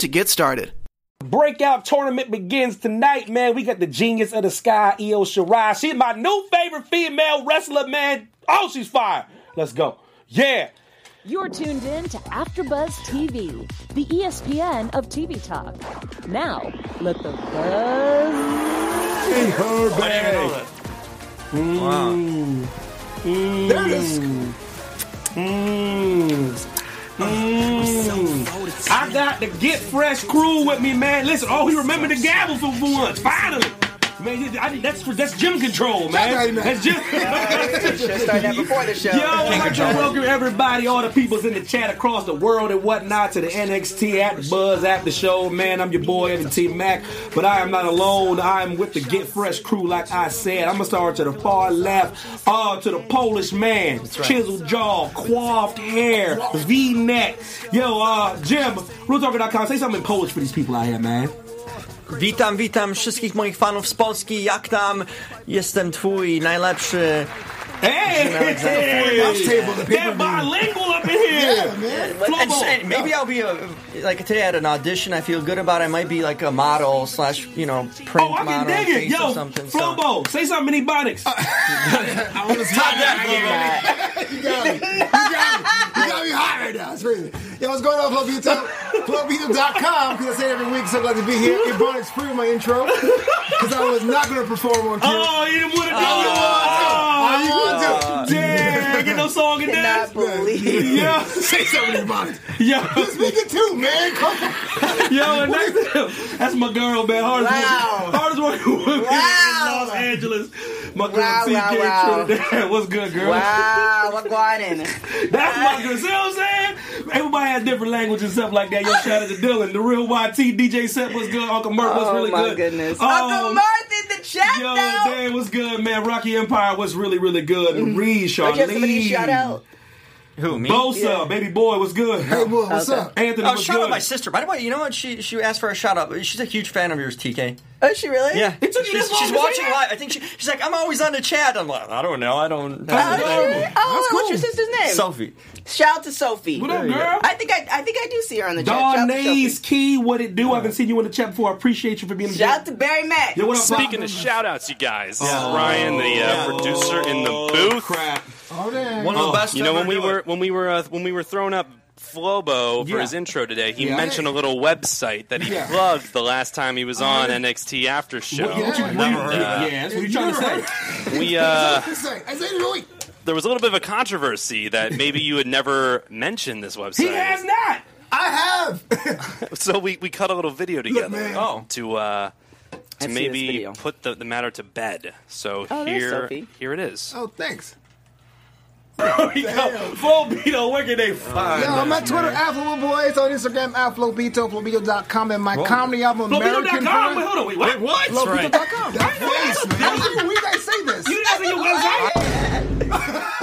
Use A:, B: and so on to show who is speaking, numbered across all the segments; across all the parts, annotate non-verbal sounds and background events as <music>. A: to get started.
B: Breakout tournament begins tonight, man. We got the genius of the sky, Io Shirai. She's my new favorite female wrestler, man. Oh, she's fire. Let's go. Yeah.
C: You're tuned in to AfterBuzz TV, the E ESPN of TV talk. Now, let the buzz.
B: Hey, her Mm.
D: Hey. There it is.
B: Mm. I got the Get Fresh crew with me, man. Listen, oh, he remembered the gavel for for once. Finally. Man, I- that's that's gym control,
D: Shut
B: man.
D: up, man.
B: That's gym. <laughs>
E: Should start that before the show.
B: Yo, I'd like to welcome everybody, all the peoples in the chat across the world and whatnot, to the NXT at Buzz After Show. Man, I'm your boy, Evan T. Mac, but I am not alone. I am with the Get Fresh crew, like I said. I'm going to start to the far left, uh, to the Polish man, chiseled jaw, coiffed hair, V neck. Yo, uh, Jim, realtalker.com, say something in Polish for these people out here, man.
E: Witam, witam wszystkich moich fanów z Polski. Jak tam? Jestem twój najlepszy.
B: Hey!
D: table, the
B: That
D: pay-per-view.
B: bilingual up in here!
D: Yeah, man.
E: But- and-
B: Flobo.
E: and maybe I'll be a, like today at an audition. I feel good about. it. I might be like a model slash you know print
B: Oh, I
E: model
B: can dig it.
E: face
B: Yo,
E: or something. so-
B: Flobo, say something in
E: <laughs>
B: Ebonics.
D: I want to see You got me. You got me. You got me hot right now. It's crazy. Yo, what's going on, Flopito? Flopito.com, because I say it every week, so glad to be here. It brought it's free with my intro, because I was not going to perform on cue.
B: oh, you didn't want to do
D: I
B: it.
D: want
B: Oh,
D: to.
B: Dang, get no song and dance.
E: <laughs> Cannot believe.
B: Yeah,
D: Say something about it.
B: yeah,
D: You're speaking too, man. Come on.
B: yo,
E: <laughs>
B: and that's, that's my girl, man. Hardest
E: Wow.
B: working, hardest working woman
E: Wow.
B: in Los Angeles. My girl,
E: Wow,
B: TK
E: wow, wow.
B: Trinidad. What's good, girl?
E: Wow, what going in?
B: That's my girl. See what I'm saying? Everybody has different language and stuff like that. Yo, shout out to Dylan, the real YT, DJ Set. What's good? Uncle Murph, what's
E: Oh
B: really good? Um,
E: Martin, the chat
B: Yo, Dan, what's good, man? Rocky Empire, what's really, really good?
E: Mm-hmm.
B: Reed, Charlene,
E: Who me?
B: Bosa, baby boy, what's good?
D: Hey, boy, what's up?
B: Anthony,
E: Oh,
B: what's
E: shout out
B: good?
E: my sister. By the way, you know what? She she asked for a shout out. She's a huge fan of yours, TK.
F: Oh, she really?
E: Yeah,
B: It took you
E: she's,
B: this long
E: she's
B: to say
E: watching
B: that?
E: live. I think she, she's like, I'm always on the chat. I'm like, I don't know. I don't.
B: That's
E: know.
B: adorable.
F: Oh,
D: That's
F: what's
D: cool.
F: your sister's name?
E: Sophie.
F: Shout out to Sophie.
B: What up,
E: you go.
B: girl?
F: I think I, I think I do see her on the chat. Shout out to
B: Darnay's
F: Sophie.
B: Key, what it do? I haven't seen you in the chat before. I appreciate you for being
F: Shout out
B: here.
F: to Barry Mack.
B: Yo, what up,
G: Speaking
B: Bob?
G: of shout outs, you guys, this is Ryan, the uh, producer in the booth.
B: crap.
D: Oh, man.
E: One of the best.
G: You know when
E: ever
G: we
E: do
G: were
E: it.
G: when we were uh, when we were throwing up Flobo for
B: Yeah.
G: his intro today, he
D: Yeah.
G: mentioned a little website that he
D: Yeah.
G: plugged the last time he was on NXT After Show.
B: What, yeah, what you,
D: I've
G: And,
B: what you-
D: never heard
G: uh,
D: of
B: yeah, that's what you're trying to <laughs> say.
G: We uh,
D: I say, I say it every week.
G: there was a little bit of a controversy that maybe you had never mentioned this website.
B: He has not.
D: I have. <laughs>
G: So we, we cut a little video together
D: man.
E: Oh.
G: to uh, to
F: this
G: maybe
F: video.
G: put the, the matter to bed. So
F: Oh, there's
G: here
F: Sophie.
G: here it is.
D: oh, thanks.
B: Flobito, where can they
D: Yo,
B: find
D: I'm at Twitter, Aflo Boy. It's on Instagram, Aflopito, Flopito.com, and my comedy album, American
B: Flobito.com? Wait,
D: Pride.
B: hold on. Wait, what? what?
D: Flopito.com. That face, man. Every week I say this.
B: You didn't say your website?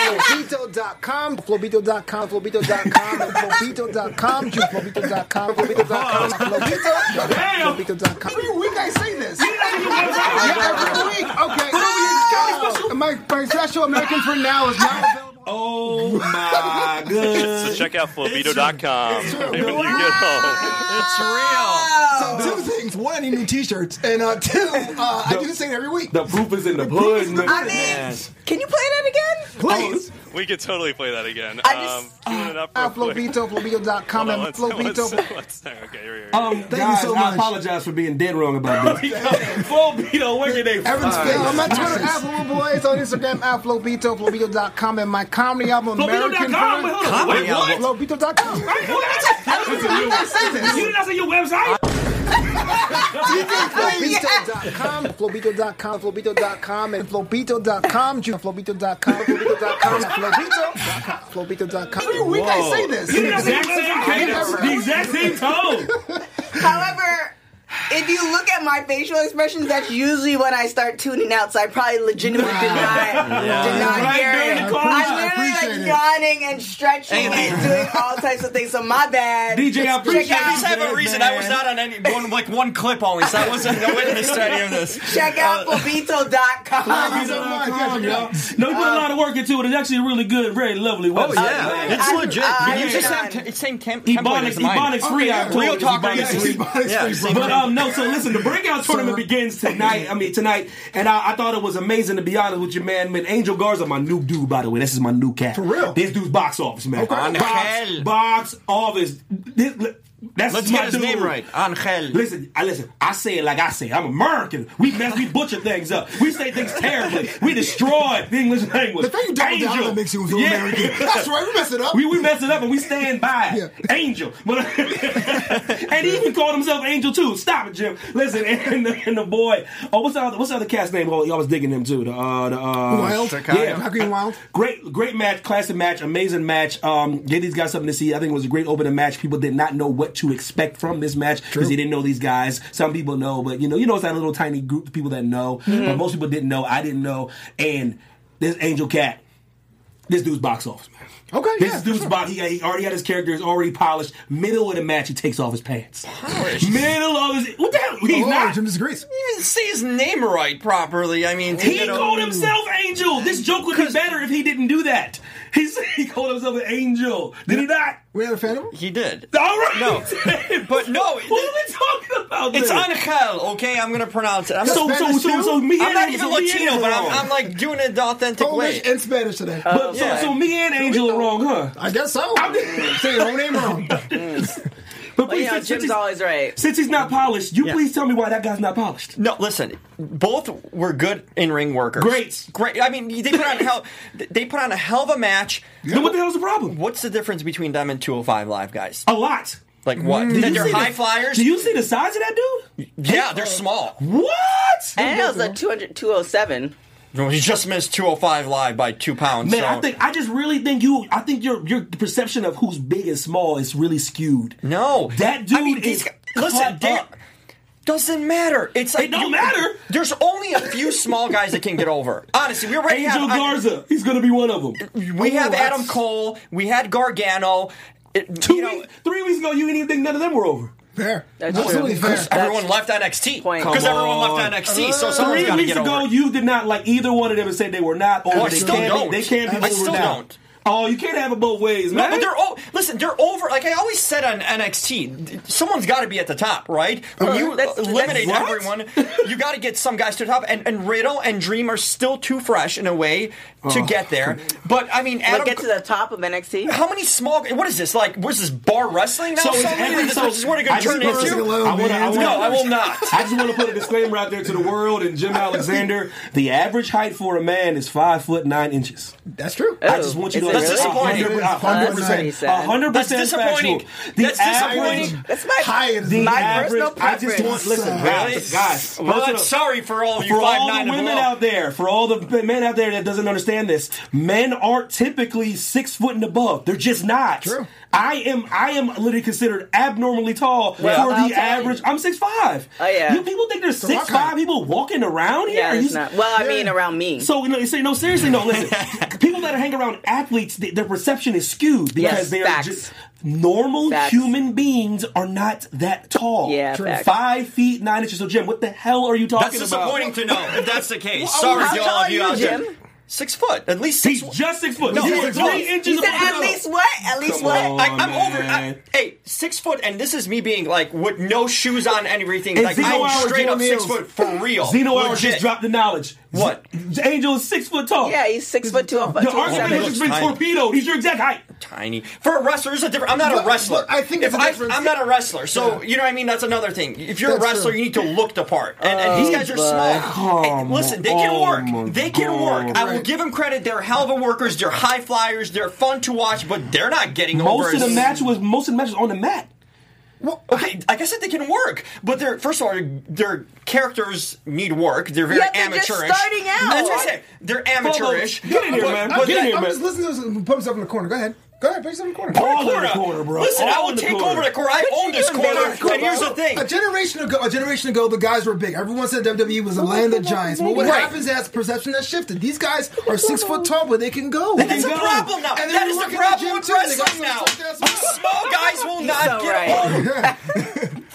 D: Flopito.com, Flopito.com, Flopito.com, and Flopito.com, Just Flopito.com, Flopito.com, Flopito,
B: Damn.
D: Flopito.com. Every week I say this.
B: You didn't say your website?
D: Yeah, every week. Okay. Ah! My, my special American for now is now available.
B: Oh, my goodness.
G: So check out Flobito.com. <laughs>
D: It's true.
G: when you get home.
E: It's real.
F: Oh.
D: So two things. One, I need new T-shirts, and uh, two, uh, I do the same every week.
B: The proof is in the pudding.
F: I mean, can you play that again?
D: Please.
G: We could totally play that again.
F: I just-
G: um, tune it up
D: Ah,
G: real quick.
D: Flopito, Flopito.com,
G: Hold on,
D: and
G: one sec, one
D: Flopito.
G: sec, one sec. Okay, here,
E: Oh,
G: here, here.
B: Um,
D: Thank you
B: guys,
D: so
B: I
D: much.
B: apologize for <laughs> being dead wrong about this. Flobito, where can they
D: Everyone's
B: find
D: favorite.
B: you?
D: I'm at Twitter, Apple Boy. It's on Instagram, at Flopito, Flopito.com, and my comedy album, American
B: Flobito.com? Wait,
D: Pride.
B: hold on. Wait, what?
E: Comedy album.
D: Flopito.com.
B: Wait, what? You did not say your website?
D: Flobito.com, Flobito.com, Flobito.com, and Flobito.com, Ju- Flobito.com, Flobito.com, Flobito.com, Flobito.com. Every week I say this.
B: The exact same cadence, the exact same tone.
F: However, if you look at my facial expressions, that's usually when I start tuning out. So I probably legitimately
B: <laughs>
F: did not, did not
B: Right
F: hear
B: during
F: it.
B: the call. I
F: I'm
D: appreciate
F: literally
D: it.
F: like yawning and stretching and doing all types of things. So my
B: <laughs>
F: bad.
B: DJ, I appreciate
F: Check
B: you.
E: <laughs> just
F: out,
E: have a reason. I was not on any one like one clip only, so I wasn't a witness to any of this.
F: check out
B: Uh, <laughs>
F: Bobito.com.
D: so much. You guys are
B: No, you put a
E: um,
B: lot of work into it. It's actually really good, very lovely website.
F: yeah.
E: it's
F: I-
E: legit.
F: I-
E: you just
F: I-
E: have t- it's same temp- template
B: Ebonics,
E: as mine.
B: Ebonics free. I told
E: Real
B: you,
E: talk,
B: Ebonics
E: Ronnie.
B: free.
E: Yeah,
D: Everybody's
E: same
B: But
E: template.
B: um, no. So listen, the breakout tournament begins tonight. I mean tonight, and I, I thought it was amazing to be honest with you, man. Man, Angel Garza, my new dude, by the way. This is my new cat. For
D: real?
B: this dude's box office, man. Box,
E: Angel.
B: box office. This, that's
E: Let's
B: my
E: get his
B: dude.
E: name right. Angel.
B: Listen, I listen. I say it like I say. it. I'm American. We mess. We butcher things up. We say things terribly. We destroy the English language.
D: The fact you double down on that makes you an
B: Yeah.
D: American.
B: <laughs>
D: That's right, we messed it up.
B: We, we mess it up and we stand by it.
D: Yeah.
B: Angel. But, <laughs> and he even called himself Angel too. Stop it, Jim. Listen, and the, and the boy. Oh, what's the other, what's the other cat's name? Oh, y'all was digging him too. The uh, the uh,
D: Wild.
B: Yeah,
D: Black Green Wild.
B: Great, great match, classic match, amazing match. Um, gave these guys something to see. I think it was a great opening match. People did not know what to expect from this match because they didn't know these guys. Some people know, but you know, you know, it's that little tiny group of people that know. But most people didn't know. I didn't know. And this Angel Cat, this dude's box office, man.
D: Okay,
B: this
D: yeah, for
B: dude's
D: sure.
B: box. He, got- he already had his character. He's already polished. Middle of the match, he takes off his pants. Middle of his. What the hell? He's
D: Oh,
B: not.
D: Jim disagrees.
E: Even say his name right properly. I mean,
B: He
E: you know-
B: called himself Angel. This joke would be better if he didn't do that. He said he called himself an angel. Did he not?
D: We had a fan of him?
E: He did.
B: All right. <laughs>
E: No. But no, it-
B: what are we talking about?
E: It's
B: then?
E: Angel, okay? I'm gonna pronounce it. I'm,
B: So so
D: Spanish
B: so
D: too?
B: so me
E: I'm
B: and
E: not even
B: so me and
E: Latino, but I'm,
B: wrong.
E: I'm like doing it the authentic
D: Polish
E: way.
D: and Spanish today.
B: But so,
E: yeah.
B: so me and Angel are wrong, huh?
D: I guess so. Say your whole name <laughs> wrong.
B: But
F: You
B: please,
F: know,
B: since, since
F: Jim's
B: he's,
F: always right.
B: since he's not polished, you
E: Yeah.
B: please tell me why that guy's not polished.
E: No, listen. Both were good in-ring workers.
B: Great.
E: great. I mean, they put on hell. They put on a hell of a match.
B: Then what the hell's the problem?
E: What's the difference between them and 205 Live guys?
B: A lot.
E: Like what?
B: Mm, you
E: That they're
B: see
E: high
B: the-
E: flyers.
B: Do you see the size of that dude?
E: yeah, they're small.
B: What?
F: And it was a 200, 207.
E: He just missed 205 Live by two pounds.
B: Man,
E: so-
B: I think I just really think you. I think your your perception of who's big and small is really skewed.
E: no.
B: that dude
E: I mean,
B: is.
E: these- listen,
B: cut
E: they're-
B: up.
E: doesn't matter. It's like
B: don't matter.
E: There's only a few small guys that can
B: <laughs>
E: get over. Honestly, we already
B: Angel
E: have
B: Garza, he's gonna be one of Oh, them.
E: We have
D: that's-
E: Adam Cole. We had Gargano. It-
B: Two
E: you know,
B: weeks, three weeks ago, you didn't even think none of them were over.
D: Fair.
F: That's
D: Absolutely
F: true.
D: fair.
E: Everyone left NXT
F: Point.
E: because
F: Come
E: everyone
B: on.
E: left NXT, so someone's
B: Three
E: got to
B: weeks
E: get
B: ago,
E: over. it. Oh,
B: you did not like either one of them and say they were not over.
E: I
B: they
E: still
B: can't
E: don't.
B: Be, they can't be
E: I
B: over
E: still
B: now.
E: don't.
B: Oh, you can't have it both ways,
E: No,
B: man.
E: but they're o listen. They're over. Like I always said on NXT, someone's got to be at the top, right? When you
F: That's-
E: eliminate
F: that's-
E: everyone, you got to get some guys to the top. And, and Riddle and Dream are still too fresh in a way to
B: Oh.
E: get there. But I mean, Adam,
F: But get to the top of NXT.
E: how many small? What is this like? What is this bar wrestling now?
B: So is
E: suddenly?
B: every-
E: this,
B: so
E: this is what it's going
B: I
E: to turn
B: just-
E: into.
D: Hello,
B: I wanna- I
D: man.
B: wanna-
E: No, I will not.
B: I just want to put a disclaimer out there to the world and
E: <laughs>
B: Jim Alexander. The average height for a man is five foot nine inches.
D: That's true.
F: Oh.
B: I just want you to
F: Is it
B: know
E: Oh, really?
B: that's
E: Disappointing.
B: hundred
F: That's pretty
B: percent,
F: sad.
B: hundred
E: That's
B: percent
E: disappointing.
B: factual. The
E: That's
B: average,
E: disappointing.
F: That's my
D: High as
B: the
F: My
B: average.
F: personal
B: I just want
F: preference.
B: listen, guys, guys.
E: Well, I'm
B: personal-
E: sorry for all of you
B: for
E: five
B: all
E: nine
B: the
E: and
B: women
E: below.
B: out there, for all the men out there that doesn't understand this, men aren't typically six foot and above. They're just not.
D: True.
B: I am. I am literally considered abnormally tall
F: Well,
B: for
F: I'll
B: the
F: tell you.
B: average. I'm six five.
F: Oh, yeah.
B: You people think there's
D: rock
B: six five
D: height.
B: people walking around here?
F: Yeah,
B: Are
F: it's
B: you-
F: not. Well, I mean, around me.
B: So you know, so, no, seriously, no.
F: <laughs>
B: Listen, people that hang around athletes, th- their perception is skewed because
F: Yes,
B: they are
F: facts.
B: just normal
F: Facts.
B: human beings are not that tall.
F: Yeah, True. facts.
B: five feet nine inches. So Jim, what the hell are you talking
E: That's
B: about?
E: disappointing to know if that's the case.
F: Well,
E: Sorry
F: how
E: to
F: tall
E: all
F: are
E: of you
F: you,
E: out there.
F: Jim?
E: Six foot, at least six.
B: He's just six foot.
E: No,
B: He's
E: he's
B: three
E: six foot.
B: inches
F: He said,
B: above the
F: at
B: ground.
F: least what? At least
B: Come
F: what?
B: on.
E: I, I'm
B: man.
E: over. I, hey, six foot, and this is me being like with no shoes on and everything.
B: And
E: like
B: Zeno
E: I'm
B: Hours
E: straight
B: doing
E: up six
B: meals.
E: foot for real.
B: Zeno Hour
E: Legit.
B: just dropped the knowledge.
E: What?
B: Z- Angel is six foot tall.
F: Yeah, he's six foot two. oh Your
B: the argument
E: seven.
B: has just been
E: Tiny.
B: torpedoed. He's your exact height.
E: tiny for a wrestler. There's a different. I'm not
D: Look,
E: a wrestler.
D: look, I think
E: if
D: it's a
E: I,
D: difference.
E: I'm not a wrestler, so you know what I mean. That's another thing. If you're
D: That's
E: a wrestler,
D: true.
E: you need to look the part. And, and these guys are small. Hey, listen, they can
B: oh my
E: work. They can work. I will
D: Right.
E: give them credit. They're hell of a workers. They're high flyers. They're fun to watch, but they're not getting over.
B: Most of the
E: as-
B: match was most of the match was on the mat.
D: Well,
E: Okay, I guess that they can work, but they're first of all their- their characters need work. They're very
F: Yeah, they're just
E: amateurish.
F: starting out.
E: That's what I say. They're amateurish.
B: Get in here,
E: But-
B: man.
E: but
B: Get in
E: that-
B: here,
D: I'm
B: man.
D: just listening to him put himself in the corner. Go ahead. Go ahead, put yourself in the corner.
B: All in the corner, bro.
E: Listen,
B: All
E: I will
B: in the
E: take
B: corner.
E: over the corner. I own this
F: doing,
E: corner.
F: man? Come
E: And here's the
F: on.
E: thing.
D: A generation ago, a generation ago, the guys were big. Everyone said WWE was a land of giants. But what
E: Right.
D: happens is perception has shifted. These guys are six foot tall, but they can go.
E: That's the problem now.
D: And
E: that
D: they're
E: is
D: working
E: the
D: in the
E: problem
D: gym
E: with
D: too. They got
E: wrestling now.
D: some stuff that's-
E: These small guys will not
F: so
E: get
F: right.
E: over. <laughs>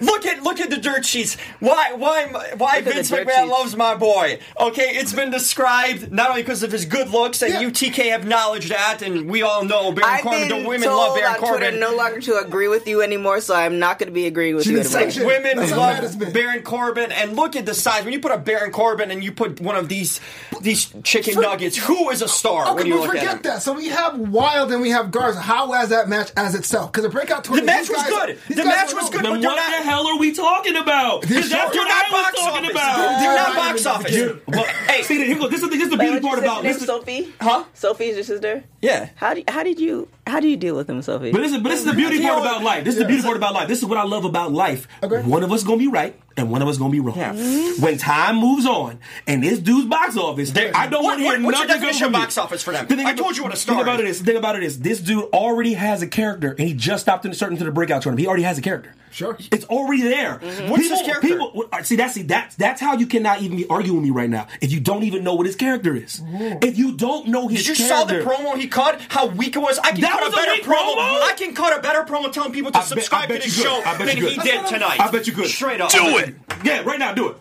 E: Look at look at the dirt sheets. Why why why
F: the
E: Vince
F: dirt
E: McMahon
F: sheets.
E: loves my boy? Okay, it's been described not only because of his good looks, and
D: Yeah.
E: you TK acknowledged that, and we all know Baron
F: I've
E: Corbin.
F: been
E: The women
F: told
E: love Baron
F: on
E: Corbin.
F: Twitter no longer to agree with you anymore, so I'm not going to be agreeing with
D: She
F: you
D: didn't say
F: anymore.
D: shit.
E: Women
D: That's how bad it's
E: love
D: been.
E: Baron Corbin, and look at the size. When you put a Baron Corbin and you put one of these these chicken
D: For-
E: nuggets, who is a star when
D: Okay,
E: you
D: but
E: look at him?
D: forget that. So we have Wild and we have Garza. How was that match as itself? Because the breakout
E: The
D: tournament.
E: match
D: these
E: was
D: guys-
E: good.
D: these
E: The
D: guys
E: match
D: went
E: was
D: over.
E: good,
B: Then
E: but
B: what
E: they're
B: the
E: not.
B: hell are we talking about?
D: They're
B: Because that's
E: They're
B: what I
E: not
B: was
E: box
B: talking
E: office.
B: about.
E: They're not
D: Yeah.
E: box office.
D: You're-
E: Well,
B: See,
E: hey,
B: here goes. This is the, this is the
F: Wait,
B: beauty
F: what's your
B: part about
F: sister's name?
B: this. Is,
F: Sophie?
E: Huh?
F: Sophie's your sister?
E: yeah.
F: How do how did you how do you deal with him, Sophie?
B: but this is but this is the beauty
E: Yeah.
B: part about life. This is the beauty part about life. This is what I love about life.
D: Okay.
B: One of us gonna be right and one of us gonna be wrong. Mm-hmm.
E: Yeah.
B: When time moves on and this dude's box office, I don't
E: What-
B: want to hear
E: what- what's your
B: nothing good
E: definition of
B: from
E: box
B: you.
E: office for them?
B: The thing
E: I
B: about-
E: told you what a star
B: Think about
E: is.
B: it is. Think about it is. This dude already has a character and he just stopped in certain to the breakout tournament. He already has a character.
D: Sure.
B: It's already there.
E: Mm-hmm. What's
B: people,
E: his character?
B: People, well, see, that's see, that's that's how you cannot even be arguing with me right now. If you don't even know what his character is, if you don't know his
E: Did you saw the
B: character,
E: promo he cut? How weak it was. I can
B: That
E: cut
B: was a
E: a better
B: weak
E: promo.
B: promo?
E: I can cut a better promo telling people to
B: I bet- I
E: subscribe
B: bet
E: to
B: you
E: this
B: could.
E: show
B: I bet
E: than
B: you
E: he
B: could.
E: did tonight.
B: I bet you could.
E: Straight up.
G: Do it.
B: yeah, right now, do it.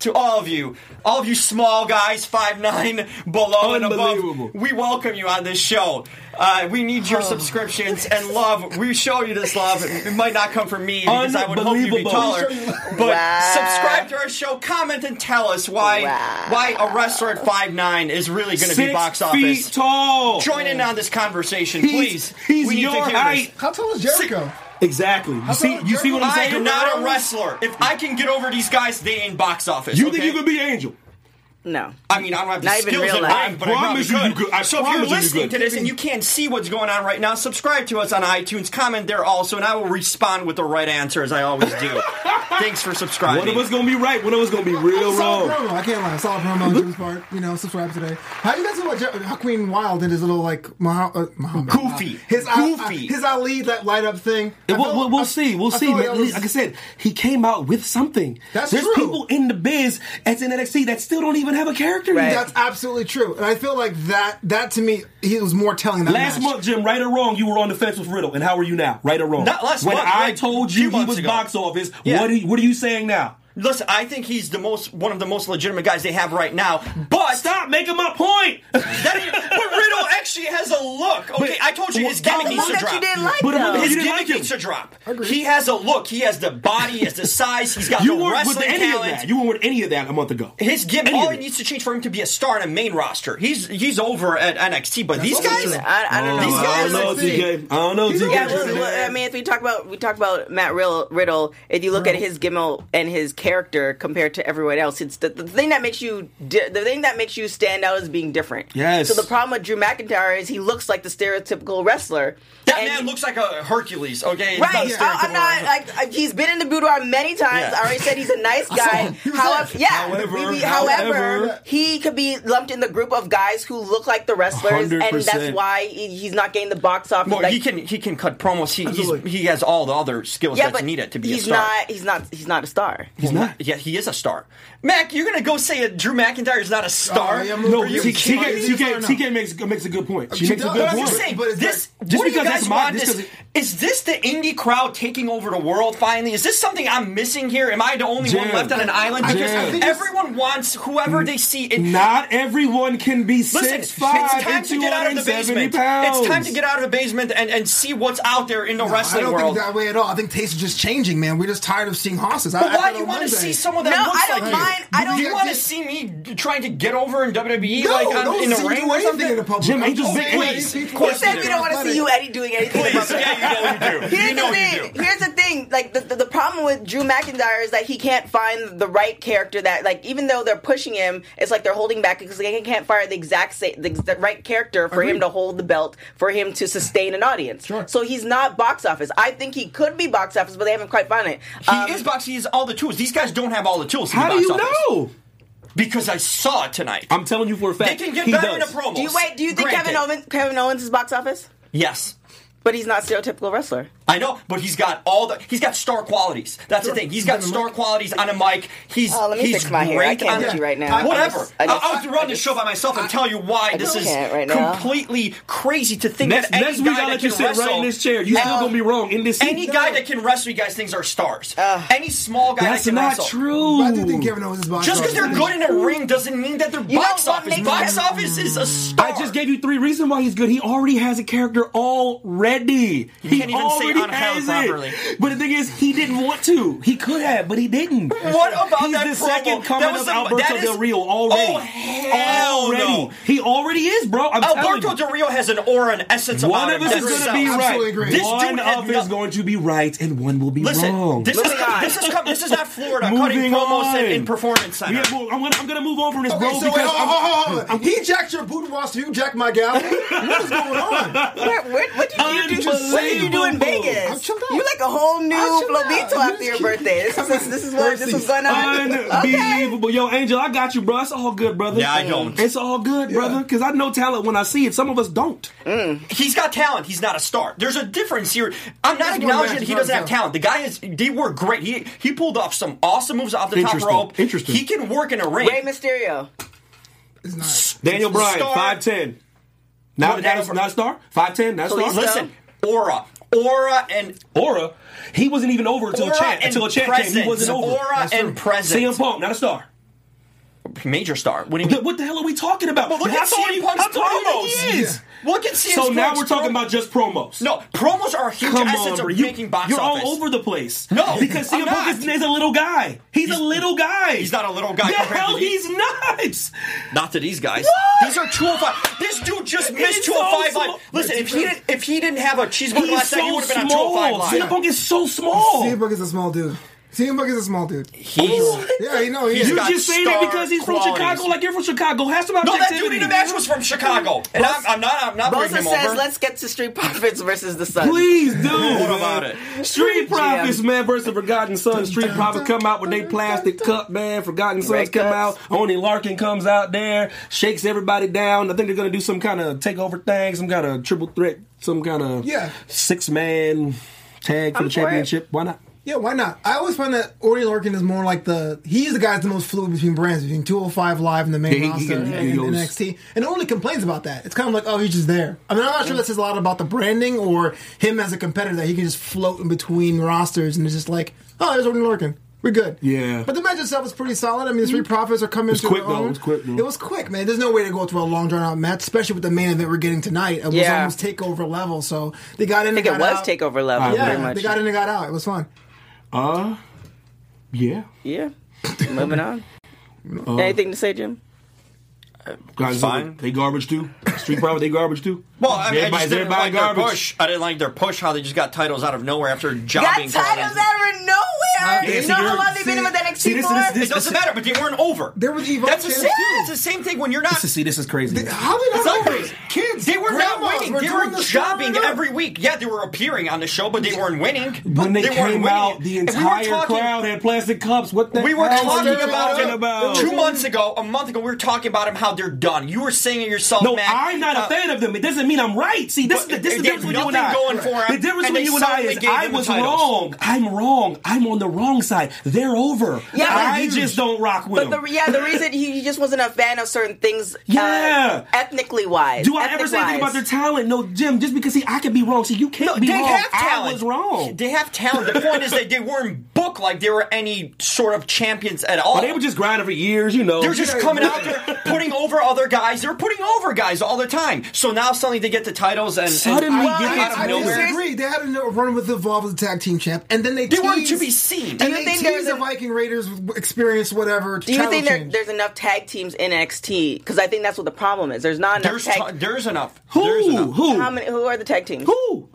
E: to all of you, all of you small guys, five nine below and
B: Unbelievable.
E: above. We welcome you on this show. Uh, we need your subscriptions and love. We show you this love. It might not come from me because I would hope you'd be
B: Unbelievable.
E: taller.
B: We show you
E: But subscribe to our show, comment, and tell us why why a wrestler at five nine is really going to
B: Six
E: be box
B: feet
E: office.
B: tall.
E: Join in on this conversation,
B: He's-
E: please.
B: he's
E: we need
B: your
E: to hear
B: height.
E: this.
D: How tall is Jericho?
B: Exactly. You see,
D: about
B: you see what I'm
E: I
B: saying?
E: am not a
B: Guerrero?
E: wrestler. If I can get over these guys, they ain't box office.
B: You
E: okay?
B: think you could be Angel?
F: no.
E: I mean, I don't have the
F: Not even
E: skills
F: real
E: in
F: life.
E: life, but I
B: Promise
E: probably
B: you you could. I
E: so if
B: promise
E: you're
B: you you
E: listening
B: could.
E: to this and you can't see what's going on right now, subscribe to us on iTunes, comment there also, and I will respond with the right answer as I always
B: <laughs>
E: do. Thanks for subscribing.
B: One of us gonna be right. One of us gonna be real
D: Solid
B: wrong.
D: promo. I can't lie. Solid promo on Jim's part. You know, subscribe today. How you guys feel about Jer- how Queen Wild and his little like Mah- uh, Muhammad?
E: Goofy.
D: His Ali-
E: Goofy.
D: his Ali that light up thing. I
B: And we'll,
D: felt-
B: we'll, we'll
D: I-
B: see. We'll
D: I
B: see.
D: felt
B: Like,
D: that was-
B: I said, he came out with something.
D: That's
B: There's
D: true.
B: people in the biz as in NXT that still don't even have a character
F: Right.
B: yet.
D: That's absolutely true, and I feel like that. That to me, he was more telling than
B: Last
D: match.
B: month, Jim, right or wrong, you were on the fence with Riddle, and how are you now? Right or wrong?
E: Not last
B: when
E: month,
B: I
E: like,
B: told
E: few
B: you he
E: months
B: was
E: ago.
B: box office,
E: Yeah.
B: what, are you, what are you saying now?
E: Listen, I think he's the most one of the most legitimate guys they have right now, <laughs> but
B: Stop making my point.
E: <laughs> that is- but Riddle actually has a look. Okay, I told you his
B: But-
E: gimmick
B: The
E: needs
B: one
E: to
F: that
E: drop.
F: you didn't like
B: But
F: though.
B: remember,
E: his
B: you didn't
E: gimmick
B: like him.
E: needs to drop. He has a look. He has the body. He has the size. He's got
B: You
E: the
B: weren't
E: wrestling
B: with any
E: talent.
B: of that. You weren't with any of that a month ago.
E: His gimmick,
B: Any of
E: all he
B: it.
E: needs to change for him to be a star in a main roster. He's he's over at NXT, but these guys,
F: I, I don't know.
E: These
B: I
E: guys
B: don't know,
E: are
B: TK. I don't know,
D: He's
B: TK.
F: Yeah,
D: Yeah,
F: well,
D: sure.
F: well, I mean, if we talk about we talk about Matt Riddle, Riddle if you look
E: Uh-huh.
F: at his gimmick and his character compared to everyone else, it's the, the thing that makes you di- the thing that makes you stand out is being different.
B: Yes.
F: So the problem with Drew McIntyre is he looks like the stereotypical wrestler.
E: that
F: And-
E: man looks like a Hercules. Okay, He's not
F: Right,
E: a
F: I, I'm
E: stereotypical
F: not
E: wrestler.
F: like I- he's been in the boudoir many times.
E: Yeah.
F: I already said he's a
E: <laughs>
F: nice guy.
D: he was
F: However,
D: nice.
F: yeah,
B: However,
F: we- we-
B: however-
F: however, he could be lumped in the group of guys who look like the wrestlers, and
B: 100%.
F: that's why he- he's not getting the box office.
E: Well,
F: like,
E: he can he can cut promos. He
B: Absolutely.
E: he's, he has all the other skills
F: yeah,
E: that's
F: but
E: needed to be
F: he's
E: a star.
F: not. He's not. He's not a star.
B: He's not.
E: Yeah, he is a star. Mac, you're gonna go say that Drew McIntyre is not a star?
D: Oh, yeah, I'm
B: No,
D: Are
B: T-
D: you
B: TK,
D: kidding me?
B: TK, TK makes makes a good point. She,
D: She
B: makes
D: does.
B: a good
E: But I'm
B: point.
E: just saying,
D: But it's
E: this.
D: like-
E: what do you
B: because
E: guys
B: that's my-
E: want?
B: just
E: This, is this the indie crowd taking over the world finally? Is this something I'm missing here? Am I the only one
B: Jim.
E: left on an island?
B: I
E: Because
B: just- I think
D: it's-
E: everyone wants whoever they see. in
B: Not everyone can be six five
E: it's time
B: and
E: to
B: two
E: get out
B: hundred
E: of
B: and
E: the
B: seventy
E: basement.
B: pounds.
E: It's time to get out of the basement and, and see what's out there in the
D: I
E: wrestling
D: don't
E: world.
D: think that way at all. I think tastes are just changing, man. We're just tired of seeing horses.
E: but why do you want to see someone that
F: No,
E: looks
F: I don't
E: like
F: mind-
E: you?
F: I don't-
E: Do you
D: Yeah,
E: want to
D: just-
E: see me trying to get over in WWE
D: No,
E: like on,
D: don't
E: in the
D: see you
E: ring
D: do
E: or
D: anything
E: something?
D: in the public. Oh,
B: Jim,
D: I'm
B: Angel,
D: just saying
E: please.
D: that these people
E: Of course
D: are
E: you
F: He said
E: do.
F: we don't want to see you Eddie doing anything.
E: Please,
F: about
E: yeah, you know you do.
F: Here's
E: you know
F: the
E: you
F: thing.
E: do.
F: Here's the thing. thing. Like the, the, the problem with Drew McIntyre is that he can't find the right character. That like even though they're pushing him, it's like they're holding back because they can't find the exact same the, the right character for him to hold the belt for him to sustain an audience.
D: Sure.
F: So he's not box office. I think he could be box office, but they haven't quite found it. Um,
E: He is box. He has all the tools. These guys don't have all the tools. in
B: Um, How
E: the
B: do
E: box
B: you
E: office.
B: know?
E: Because I saw it tonight.
B: I'm telling you for a
E: they
B: fact.
E: can get
B: he
E: better in
B: does.
E: a promo.
F: Do you wait? Do you think Kevin Owens Kevin Owens is box office?
E: Yes.
F: But he's not stereotypical wrestler.
E: I know, but he's got all the he's got star qualities. That's the thing. He's got star qualities on a mic. He's
F: Oh, let me
E: he's
F: fix my
E: great
F: hair. I can't
E: on
F: hit
E: a-
F: you right now. I
E: Whatever. I,
F: just- I just-
E: will run the show by myself and tell you why this is
F: just can't right now.
E: completely crazy to think
B: Next,
E: that any
B: next
E: guy
B: week, I'll
E: that
B: let
E: can
B: you sit
E: wrestle,
B: right in this chair. You're still
E: Uh,
B: going to be wrong in this
E: Any guy that can wrestle, you guys think are stars. any small guy
B: That's
E: that can
B: not
E: wrestle.
B: true.
D: But I do think Kevin Owens is box
E: Just because they're
D: office.
E: good in a ring doesn't mean that they're
F: You know
E: box
F: what
E: office.
F: makes
E: Box
F: him-
E: office is a star.
B: I just gave you three reasons why he's good. He already has a character already. He
E: can't even say
B: already
E: unheld
B: has
E: properly.
B: It. But the thing is, he didn't want to. He could have, but he didn't.
E: What about
B: he's
E: that
B: the
E: promo?
B: second
E: That
B: coming
E: was
B: of
E: the-
B: Alberto
E: that is-
B: Del Rio already?
E: Oh, hell
B: already.
E: no.
B: He already is, bro. I'm
E: Alberto
B: telling you.
E: Del Rio has an aura, an essence
B: One
E: about
B: of
E: him.
B: us is
E: that
B: going to
E: sells.
B: be
D: Absolutely
B: right.
D: agree.
E: This
B: one
E: dude had
B: of
E: no-
B: is going to be right, and one will be
E: Listen,
B: wrong.
E: this is, this is com- this is not Florida
B: <laughs>
E: cutting
B: Moving
E: promos
B: on.
E: in, in performance
B: We
E: center.
B: have more- I'm gonna I'm gonna move on from this,
D: Okay,
B: bro.
D: so
B: because
E: oh,
D: wait, hold,
B: I'm-
D: hold, hold, hold. He jacked your boot and wants to you jack my
E: <laughs>
D: gal. what is going on?
F: Where, where, what did you do? What did you do in
B: Unbelievable.
D: I'm
F: Vegas?
D: chilled out.
F: You like a whole new
D: I'm chilled out.
F: Flobito
D: I'm
F: after your
D: just
F: birthday. This is this is what this was going
E: <laughs>
F: on. Okay.
B: Unbelievable. Yo, Angel, I got you, bro. It's all good, brother.
E: Yeah, I don't.
B: It's all good, brother, because I know talent when I see it. Some of us don't.
E: He's got talent. He's not a star. There's a difference here. I'm not
D: That's
E: acknowledging
D: one
E: that he
D: match,
E: doesn't have
D: bro.
E: talent. The guy is they were great. He he pulled off some awesome moves off the top
B: Interesting.
E: rope.
B: Interesting.
E: He can work in a ring.
F: Rey Mysterio.
D: It's not.
B: Daniel Bryan,
E: Star.
B: 5'10. Not,
E: Well,
B: not,
E: Daniel-
B: a, not a star? 5'10, not a star?
F: Kalisto.
E: Listen, aura, aura, and
B: Aura, he wasn't even over until
E: Aura
B: a chant.
E: and
B: Until a chant came,
E: presence.
B: he wasn't over.
E: Aura
D: That's
E: and
D: true.
B: CM
E: presence.
B: Punk, not a star.
E: Major star. What do you mean?
B: Th- What the hell are we talking about?
E: Well, look
B: How
E: at
B: tall
E: CM
B: you-
E: Punk's
B: how tall do you
E: promos.
B: think he is?
E: Look at CM
B: So now
E: Punk's
B: we're talking
E: promo-
B: about just promos.
E: No, promos are a huge
B: Come
E: essence
B: on, bro.
E: of
B: You,
E: making box
B: you're
E: office.
B: all over the place.
E: No,
B: because
E: I'm
B: CM Punk is,
E: not.
B: is a little guy. He's,
E: He's-
B: a little guy.
E: he's not a little guy
B: The
E: compared to
B: hell,
E: these-
B: he's not.
E: Not to these guys.
B: What?
E: These are 205. This dude just missed
B: He's so
E: 205 live.
B: small.
E: Listen, if he didn't, if he didn't have a cheeseburger
B: He's
E: last night, he
B: so
E: would have been on
B: small.
E: 205
B: CM
E: live.
B: Punk is so small.
D: CM Punk is a small dude. CM Punk is a small dude.
E: Oh. He's
D: Yeah, you know he
E: He's
D: is.
B: you
E: got
B: just saying that
E: star
B: because he's from
E: qualities.
B: Chicago, like you're from Chicago. Have some
E: no, that
B: objectivity.
E: dude in the match was from Chicago, and I'm, I'm not. I'm not
F: Bosa
E: bringing him
F: says,
E: over.
F: "Let's get to Street Profits versus the Sun."
B: Please, dude.
E: What about it?
B: Street Profits, man, versus the Forgotten Sons. Street Profits come out with their plastic cup, man. Forgotten Sons
F: Red
B: come out.
F: cups.
B: Only Larkin comes out there, shakes everybody down. I think they're gonna do some kind of takeover thing, some kind of triple threat, some kind of
D: Yeah.
B: six man tag for the
F: I'm for it.
B: championship. Why not?
D: Yeah, why not? I always find that Ori Larkin is more like the he's the guy that's the most fluid between brands between 205 Live and the main
B: Yeah, he- he
D: roster
B: can-
D: and,
B: he
D: and
B: goes-
D: NXT, and only complains about that. It's kind of like, oh, he's just there. I mean, I'm not sure that says a lot about the branding or him as a competitor that he can just float in between rosters and it's just like, oh, there's Ori Larkin. We're good.
B: Yeah. Mm.
D: But the match itself was pretty solid. I mean, the three profits are coming to
B: quick,
D: their
B: though.
D: own.
B: It was quick, though.
D: It was quick, man. There's no way to go through a long drawn out match, especially with the main event we're getting tonight. It was
F: Yeah.
D: almost takeover level, so they got in.
F: I think
D: and
F: it
D: got
F: was
D: out.
F: takeover level,
D: Yeah,
F: pretty much.
D: they got in and got out. It was fun.
B: Uh, yeah.
F: yeah. Moving on.
B: Oh.
F: Anything to say, Jim?
B: Guys,
E: Fine.
B: they garbage too. Street Profits, they garbage too.
E: Well, I mean, I
B: Everybody's-
E: just didn't
B: everybody
E: like their push. I didn't like their push. How they just got titles out of nowhere after jobbing.
F: Got
E: for all
F: titles
E: that.
F: out of nowhere.
D: Okay,
F: you
D: see,
F: know how
D: you're-
F: long they've been
D: see-
F: with NXT
B: see, this is-
F: for?
B: this-
E: It doesn't matter, but they weren't over.
D: There was Evolve
E: That's the
D: fans,
E: same.
D: too.
E: That's the same thing when you're not.
B: See, this is crazy.
D: How they not
E: It's not
D: over?
E: crazy.
D: Kids,
E: They were not
D: grandmas
E: winning.
D: were
E: They
D: doing
E: were
D: the show
E: jobbing
D: right now.
E: every week. Yeah, they were appearing on the show, but they weren't winning.
B: when they,
E: weren't
B: came
E: winning.
B: out, the
E: And we were
B: entire
E: talking-
B: crowd had plastic cups. What the
E: We were
B: hell
E: talking
B: are you
E: about,
B: talking
E: him
B: about?
E: two months ago, a month ago. We were talking about him how they're done. You were saying it yourself.
B: No,
E: Mac,
B: I'm not
E: uh,
B: a fan of them. It doesn't mean I'm right. See, this is
E: But
B: the, this is the
E: there's
B: difference between you and
E: nothing
B: I.
E: going for 'em,
B: the difference between
E: and they
B: you and I
E: suddenly
B: is
E: gave
B: I
E: them the
B: was
E: titles.
B: wrong. I'm wrong. I'm on the wrong side. They're over.
F: Yeah, but-
B: I just don't rock with
F: But
B: them.
F: the, yeah,
B: <laughs>
F: the reason he, he just wasn't a fan of certain things, uh,
B: Yeah.
F: ethnically wise.
B: do I ever say anything about their talent? No, Jim. Just because see, I could be wrong. See, you can't
E: No,
B: be
E: they
B: wrong.
E: have talent.
B: I was wrong.
E: They have talent. The point is that they weren't booked like they were any sort of champions at all.
B: But they were just grinding for years, you know.
E: They're just coming out there, putting over other guys. They're putting over guys all the time. So now suddenly they get the titles and and
B: Suddenly
E: out
B: get
E: of
B: the
D: I, I
B: titles.
E: nowhere.
D: disagree. They had a run with Evolve as a tag team champ, and then they
E: They
D: teased,
E: weren't to be seen.
D: And
F: Do you
D: they
F: think there
D: teased
F: was
D: the
F: a-
D: Viking Raiders with experience, whatever.
F: Do you think there, there's enough tag teams in NXT? Because I think that's what the problem is. There's not enough
E: There's
F: tag.
E: ti- there's enough.
B: Who?
E: There's enough.
B: Who?
F: how many? Who are the tag teams?
B: Who?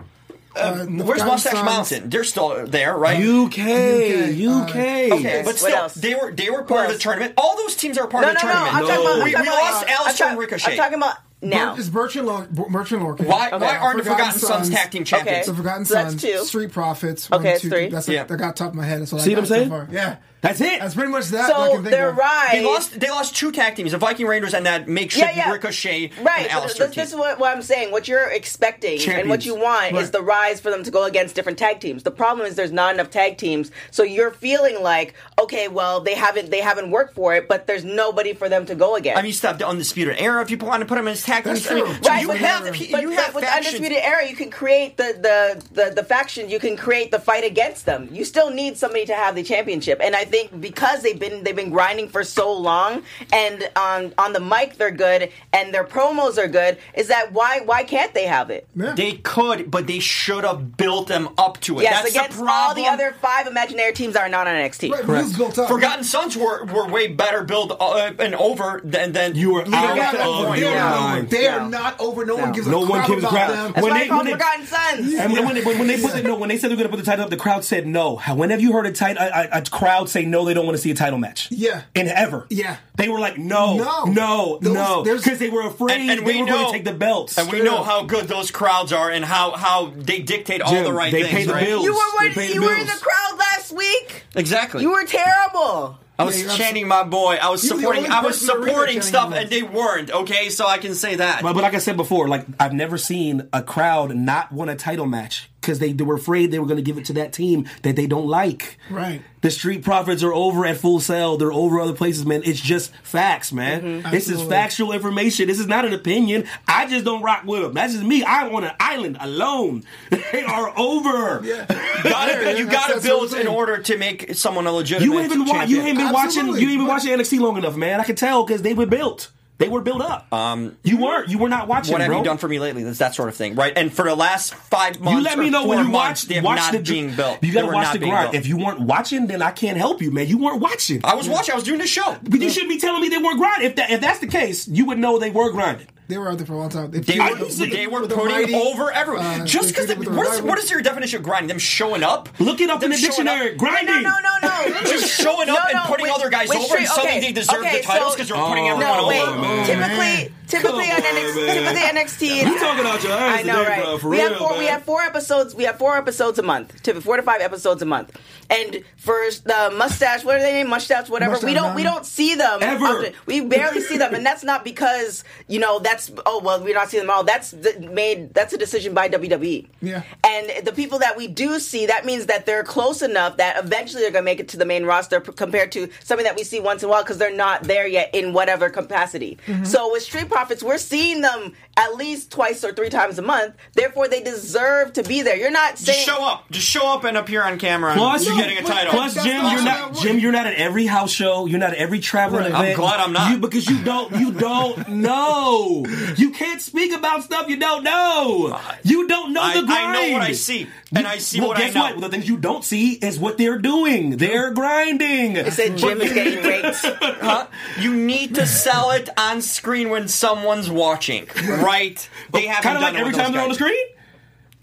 D: Uh,
E: Where's
D: Afghanistan-
E: Mustache Mountain? They're still there, right?
B: UK, UK.
E: Okay, but
F: What
E: still,
F: else?
E: they were they were part of the tournament. All those teams are part
F: No,
E: of
F: no,
E: the
F: no.
E: tournament.
F: I'm talking about. I'm
E: we,
F: talking
E: we
F: about-
E: lost
F: I'm
E: Alistair
F: talking-
E: and Ricochet.
F: I'm talking about now.
D: It's Merchant, Lor- Merchant Lorcan.
E: why why
F: Okay.
E: aren't the Forgotten
D: Forgotten
E: Sons
D: Sons.
E: tag team champions?
D: The Forgotten
F: So that's
D: Sons,
F: two.
D: Street Profits.
F: Okay,
D: one,
F: it's
D: two,
F: three.
D: That's
E: Yeah.
D: yeah. that got top of my head. That's all
B: See
D: I
B: what
D: got
B: I'm saying?
D: So far. Yeah,
B: That's it.
D: that's pretty much that. I
F: so
D: can think
F: they're
D: of.
F: right.
E: They lost they lost two tag teams, the Viking Raiders and that makeshift Ricochet
F: right.
E: and
F: but
E: Alistair
F: this,
E: team.
F: this is what, what I'm saying. What you're expecting and
E: Champions.
F: what you want is
D: Right.
F: the rise for them to go against different tag teams. The problem is there's not enough tag teams, so you're feeling like okay, well they haven't they haven't worked for it, but there's nobody for them to go against.
E: I mean, you still have the Undisputed Era if you want to put them in as tag teams.
D: That's
E: I mean,
D: true.
E: so
F: Right,
E: you
F: but
E: have
F: with-
E: you
F: but,
E: have
F: but with
E: factions.
F: undisputed era, you can create the, the the the faction. You can create the fight against them. You still need somebody to have the championship, and I think because they've been they've been grinding for so long, and on on the mic they're good, and their promos are good. Is that why why can't they have it?
D: Yeah.
E: They could, but they should have built them up to it.
F: Yes,
E: That's
F: against
E: the
F: all
E: problem.
F: the other five imaginary teams that are not on NXT.
D: Right, but who's built up?
E: Forgotten Sons were, were way better built uh, and over than than
B: You were
E: League of
B: out
D: They're not
E: Legends.
B: of
D: over.
B: Oh,
D: They're
B: yeah.
D: not over. They
F: No.
D: are not over. No one gives a
B: No one
D: crap
B: gives a
D: about
B: crap.
D: them.
F: That's
B: When
F: why
B: they-
F: I call
B: when
F: them
B: they-
F: Forgotten Sons.
B: And when, when, they- when they put the, no, when they said they're going to put the title up, the crowd said no. How- Whenever you heard a title, a, a crowd say no, they don't want to see a title match.
D: Yeah.
B: and ever.
D: Yeah.
B: they were like no,
D: No.
B: no,
D: Those-
B: no,
D: there's-
B: because they were afraid
E: And- and
B: they
E: we
B: were going
E: know-
B: to take the belts.
E: And we
B: Straight
E: know
B: up.
E: how good those crowds are and how, how they dictate all
B: Jim,
E: the right
B: they
E: things.
B: pay the
E: right?
B: bills.
F: you were
B: They
F: one,
B: pay the
F: you were in the
B: bills.
F: crowd last week.
E: Exactly.
F: You were terrible.
E: I was
D: Yeah, you're
E: chanting my boy. I was
D: You're the
E: supporting.
D: only
E: I was
D: person in the arena
E: supporting
D: chanting
E: stuff,
D: him.
E: and they weren't. Okay, so I can say that.
B: But, but like I said before, like I've never seen a crowd not win a title match because they, they were afraid they were going to give it to that team that they don't like.
D: Right.
B: The street profits are over at Full Sail. They're over other places, man. It's just facts, man. This is
D: Mm-hmm. Absolutely.
B: factual information. This is not an opinion. I just don't rock with them. That's just me. I'm on an island alone. <laughs> they are over.
E: you gotta, you
D: that's-
E: gotta
D: that's what I'm
E: build in
D: saying.
E: order to make someone a legitimate.
B: You ain't been wa- you
E: champion.
B: ain't been watching
D: Absolutely.
B: you ain't been watching NXT long enough, man. I can tell because they were built. They were built up. Um, you weren't. You were not watching.
E: What have
B: bro.
E: you done for me lately? That's that sort of thing, right? And for the last five months,
B: You let me
E: or
B: know
E: four
B: when you
E: months,
B: watch.
E: They have
B: watch
E: not
B: the
E: being built.
B: You
E: They
B: gotta
E: were
B: watch
E: not
B: the
E: being
B: grind.
E: built.
B: If you weren't watching, then I can't help you, man. You weren't watching.
E: I was watching. I was doing the show.
B: but you shouldn't be telling me they weren't grinding. If that if that's the case, you would know they were grinding.
D: They were out there for a long time.
E: They
B: I
E: were,
B: don't see-
E: they were
D: with the
E: putting
D: mighty,
E: over everyone.
D: uh,
E: Just
D: they
E: because,
D: did it with the
E: what is,
D: rival.
E: what is your definition of grinding? Them showing up?
B: Look it up in
E: Them
B: the
E: showing
B: dictionary.
E: up-
B: Grinding.
F: No, no,
E: <laughs>
F: no, no.
E: Just showing up
F: No,
E: and
F: no,
E: putting
F: with-
E: other guys
F: with
E: over,
F: straight-
E: and suddenly
F: okay,
E: they deserve
F: okay,
E: the titles
F: so-
E: because they're
B: Oh,
E: putting everyone
F: No,
E: over.
F: wait.
B: man.
F: Typically, typically on,
B: Come on,
F: NXT,
B: man.
F: typically NXT.
B: You talking out your ass
F: I know,
B: today,
F: right?
B: bro, for
F: we
B: real,
F: have four. We
B: man.
F: have four episodes. We have four episodes a month. Typically, four to five episodes a month. And for the mustache, what are they named? Mustache, whatever. we
D: Mustache
F: don't. We
D: Mountain.
F: don't see them
B: Ever.
F: often. We barely see them, and that's not because you know that's. Oh well, we're not seeing them all. That's the, made. That's a decision by E. WWE.
D: Yeah.
F: And the people that we do see, that means that they're close enough that eventually they're going to make it to the main roster p- compared to something that we see once in a while because they're not there yet in whatever capacity. So with Street Profits, we're seeing them at least twice or three times a month. Therefore, they deserve to be there. You're not saying.
E: Just show up. Just show up and appear on camera. and
B: Plus,
E: you're
B: you-
E: getting a title.
B: Plus,
D: That's
B: Jim,
D: not
B: you're not
D: how that
B: Jim.
D: works.
B: You're not at every house show. You're not at every traveling
E: Right. I'm
B: event.
E: glad I'm not.
B: You, because you don't you don't know. You can't speak about stuff you don't know. You don't know
E: I-
B: the grind.
E: I know what I see, and I see
B: well,
E: what I
B: guess
E: know.
B: what? The things you don't see is what they're doing. They're grinding.
F: They said Jim is
B: <laughs>
F: getting raped.
E: Huh? You need to sell it on screen when someone's watching, right? They haven't
B: kind
E: done
B: of like
E: it
B: every
E: with
B: time
E: those
B: they're on the
E: guys.
B: screen.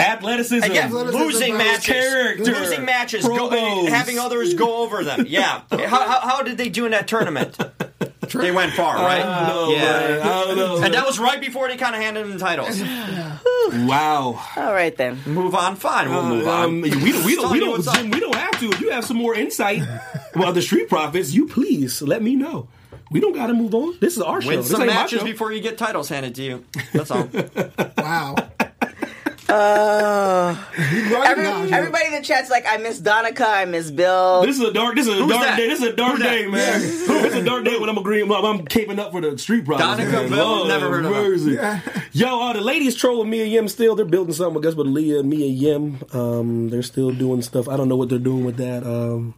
B: Athleticism.
E: Again,
D: Athleticism,
E: losing matches,
B: character,
E: losing matches, go, eh,
B: promos.
E: having others go
B: <laughs>
E: over them. Yeah, how, how, how did they do in that tournament? They went far, right?
B: Oh, man, I don't know.
E: And that was right before they kind of handed them the titles.
B: Wow.
F: All right then.
E: Move on, fine. We'll move on.
B: Um, we, we, we,
E: Tell
B: don't, we,
E: you
B: don't,
E: what's up.
B: Jim, we don't have to. If you have some more insight about the street profits, you please let me know. We don't got to move on. This is our show.
E: Win
B: This
E: some
B: ain't my
E: matches
B: show.
E: before you get titles handed to you.
B: <laughs>
E: That's all. <laughs>
D: Wow.
E: Uh,
F: Every- everybody in the chat's like, I miss Donica, I miss Bill.
B: This is a dark. This is a dark
E: that?
B: day. This is a dark
E: Who's that?
B: day, man. <laughs> this is a dark day when I'm agreeing. I'm, I'm caping up for the street profits.
E: Donica
B: man.
E: Bill?
B: Lord
E: Never heard of her.
B: mercy. <laughs> Yo, uh, the ladies trolling me and Yim still. They're building something. I guess with Leah, me and Yim. Um, they're still doing stuff. I don't know what they're doing with that. Um,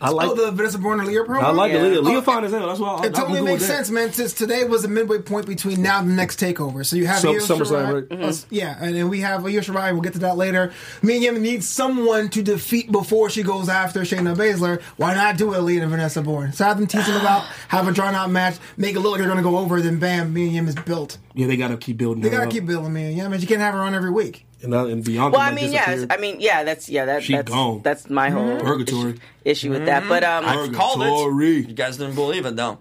B: I like.
D: oh, the Vanessa Bourne and Leah promo.
B: I like
F: Yeah.
B: the Leah. Leah fine as hell. That's why I,
D: It totally
B: I'm good
D: makes
B: with that.
D: sense, man. Since today was the midway point between now and the next takeover, so you have
B: Some-
D: Io
B: SummerSlam,
D: Shirai-
B: right? Mhm.
D: uh, yeah, and then we have Io Shirai. We'll get to that later. Me and Yim need someone to defeat before she goes after Shayna Baszler. Why not do it, Aaliyah and Vanessa Bourne? So have them tease them about, have a drawn out match, make it look like they're going to go over. Then bam, me and Yim is built.
B: Yeah, they gotta keep building. Uh-huh.
D: They gotta keep building, man. Yeah, man. You can't have her on every week.
B: and, uh, and Bianca.
F: Well, I
B: done
F: mean, yeah,
B: disappeared.
F: I mean, yeah. That's yeah. That,
B: She
F: that's
B: gone.
F: that's my whole
B: Purgatory.
F: issue, issue with that. But um,
E: I called
B: Purgatory.
E: it. You guys didn't believe it, though.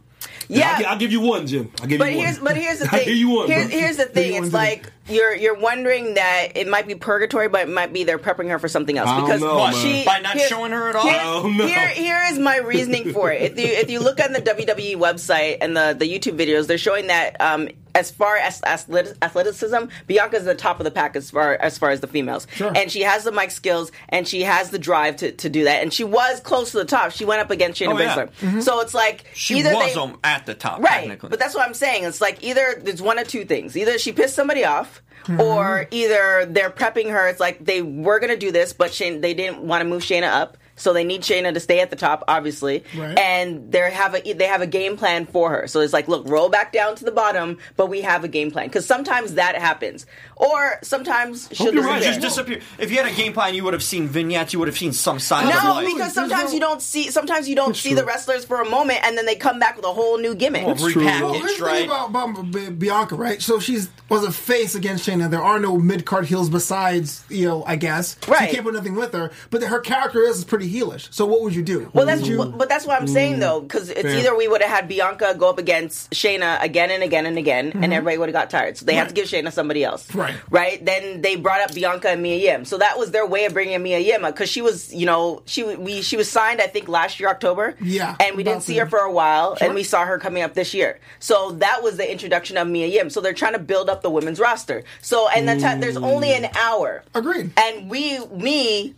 F: yeah.
B: I'll, gi- I'll give you one, Jim. I'll give
F: But
B: you one.
F: here's
B: <laughs>
F: but here's the
B: I'll
F: thing.
B: give you one, bro.
F: Here- here's the
B: Give you
F: thing.
B: one,
F: It's
B: bro.
F: like you're you're wondering that it might be purgatory, but it might be they're prepping her for something else
B: I don't
F: because
B: know, man.
F: she
E: By not
F: here-
E: showing her at all?
F: Here,
E: I
B: don't know.
F: here here is my reasoning for it. If you if you look on the WWE website and the the YouTube videos, they're showing that. Um, as far as athlet- athleticism, Bianca's the top of the pack as far as far as the females, and she has the mic skills and she has the drive to, to do that. And she was close to the top. She went up against Shayna
E: Oh, yeah.
F: Baszler,
B: Mm-hmm.
F: so it's like
E: She
F: either
E: was
F: they,
E: um, at the top,
F: Right,
E: technically.
F: but that's what I'm saying. It's like either there's one of two things: either she pissed somebody off, or either they're prepping her. It's like they were gonna do this, but Shane, they didn't want to move Shayna up, so they need Shayna to stay at the top, obviously.
D: Right.
F: And they have a they have a game plan for her. So it's like, look, roll back down to the bottom, but we have a game plan because sometimes that happens, or sometimes she'll
B: you're right.
E: It
F: disappear.
E: just disappeared. If you had a game plan, you would have seen vignettes. You would have seen some signs of
F: No,
E: life.
F: because sometimes you don't see sometimes you don't see the wrestlers for a moment, and then they come back with a whole new gimmick.
E: Well,
D: Well, here's
E: repackaged,
D: the
E: right?
D: thing about, about B- Bianca, right? So she's was a face against Shayna. There are no mid card heels besides, you know, I guess. So
F: Right.
D: you can't put nothing with her. But her character is pretty heelish. So what would you do?
F: Well, that's
D: would you,
F: wh- but that's what I'm saying though, because it's
D: Fair.
F: either we would have had Bianca go up against Shayna again and again and again, and everybody would have got tired. So they had to give Shayna somebody else,
D: Mm-hmm. Right.
F: Right. Then they brought up Bianca and Mia Yim, so that was their way of bringing Mia Yim because she was, you know, she we she was signed I think last year October,
D: Yeah,
F: and we didn't
D: about
F: see
D: then.
F: her for a while, and we saw her coming up this year. So that was the introduction of Mia Yim. So they're trying to build up the women's roster. So and that's how, there's only an hour.
D: Agreed.
F: And we, me,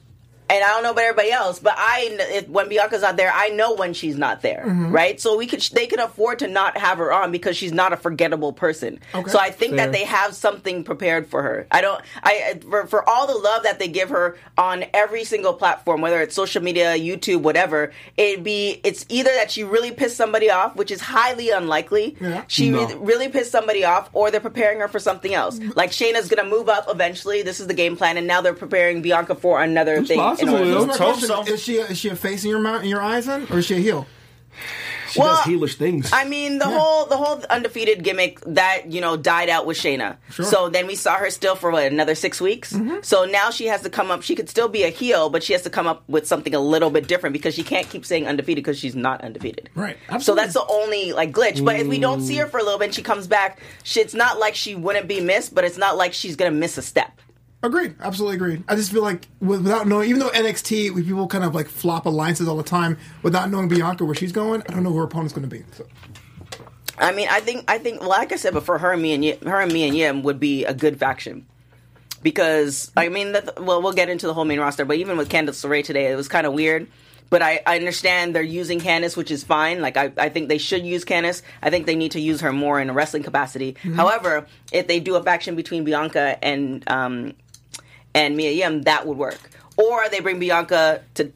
F: and I don't know about everybody else, but I, kn- if, when Bianca's not there, I know when she's not there, right? So we could, they could afford to not have her on because she's not a forgettable person.
D: Okay.
F: So I think that they have something prepared for her. I don't, I for, for all the love that they give her on every single platform, whether it's social media, YouTube, whatever, it'd be, it's either that she really pissed somebody off, which is highly unlikely.
D: Yeah.
F: She
B: No.
F: re- really pissed somebody off, or they're preparing her for something else. Like Shayna's gonna move up eventually. This is the game plan, and now they're preparing Bianca for another thing. in
B: possible,
F: order-
B: yo.
D: That's my
B: Let's
E: hope
D: question.
E: so.
D: Is she a, is she a face in your mouth, in your eyes then, or is she a heel?
B: She
F: Well,
B: does heelish things.
F: I mean, the whole the whole undefeated gimmick that you know died out with Shayna. So then we saw her still for what another six weeks.
D: Mm-hmm.
F: So now she has to come up. She could still be a heel, but she has to come up with something a little bit different because she can't keep saying undefeated because she's not undefeated.
D: Right.
F: So
D: Absolutely.
F: that's the only like glitch. But if we don't see her for a little bit, and she comes back. She, it's not like she wouldn't be missed, but it's not like she's gonna miss a step.
D: Agreed. Absolutely agreed. I just feel like with- without knowing, even though NXT, we, people kind of like flop alliances all the time, without knowing Bianca where she's going, I don't know who her opponent's going to be. So.
F: I mean, I think I think like I said before, her and me and Yim, her and me and Yim would be a good faction because I mean, that, well, we'll get into the whole main roster, but even with Candice LeRae today, it was kind of weird. But I, I understand they're using Candice, which is fine. Like I, I think they should use Candice. I think they need to use her more in a wrestling capacity. However, if they do a faction between Bianca and um, and Mia Yim, that would work. Or they bring Bianca to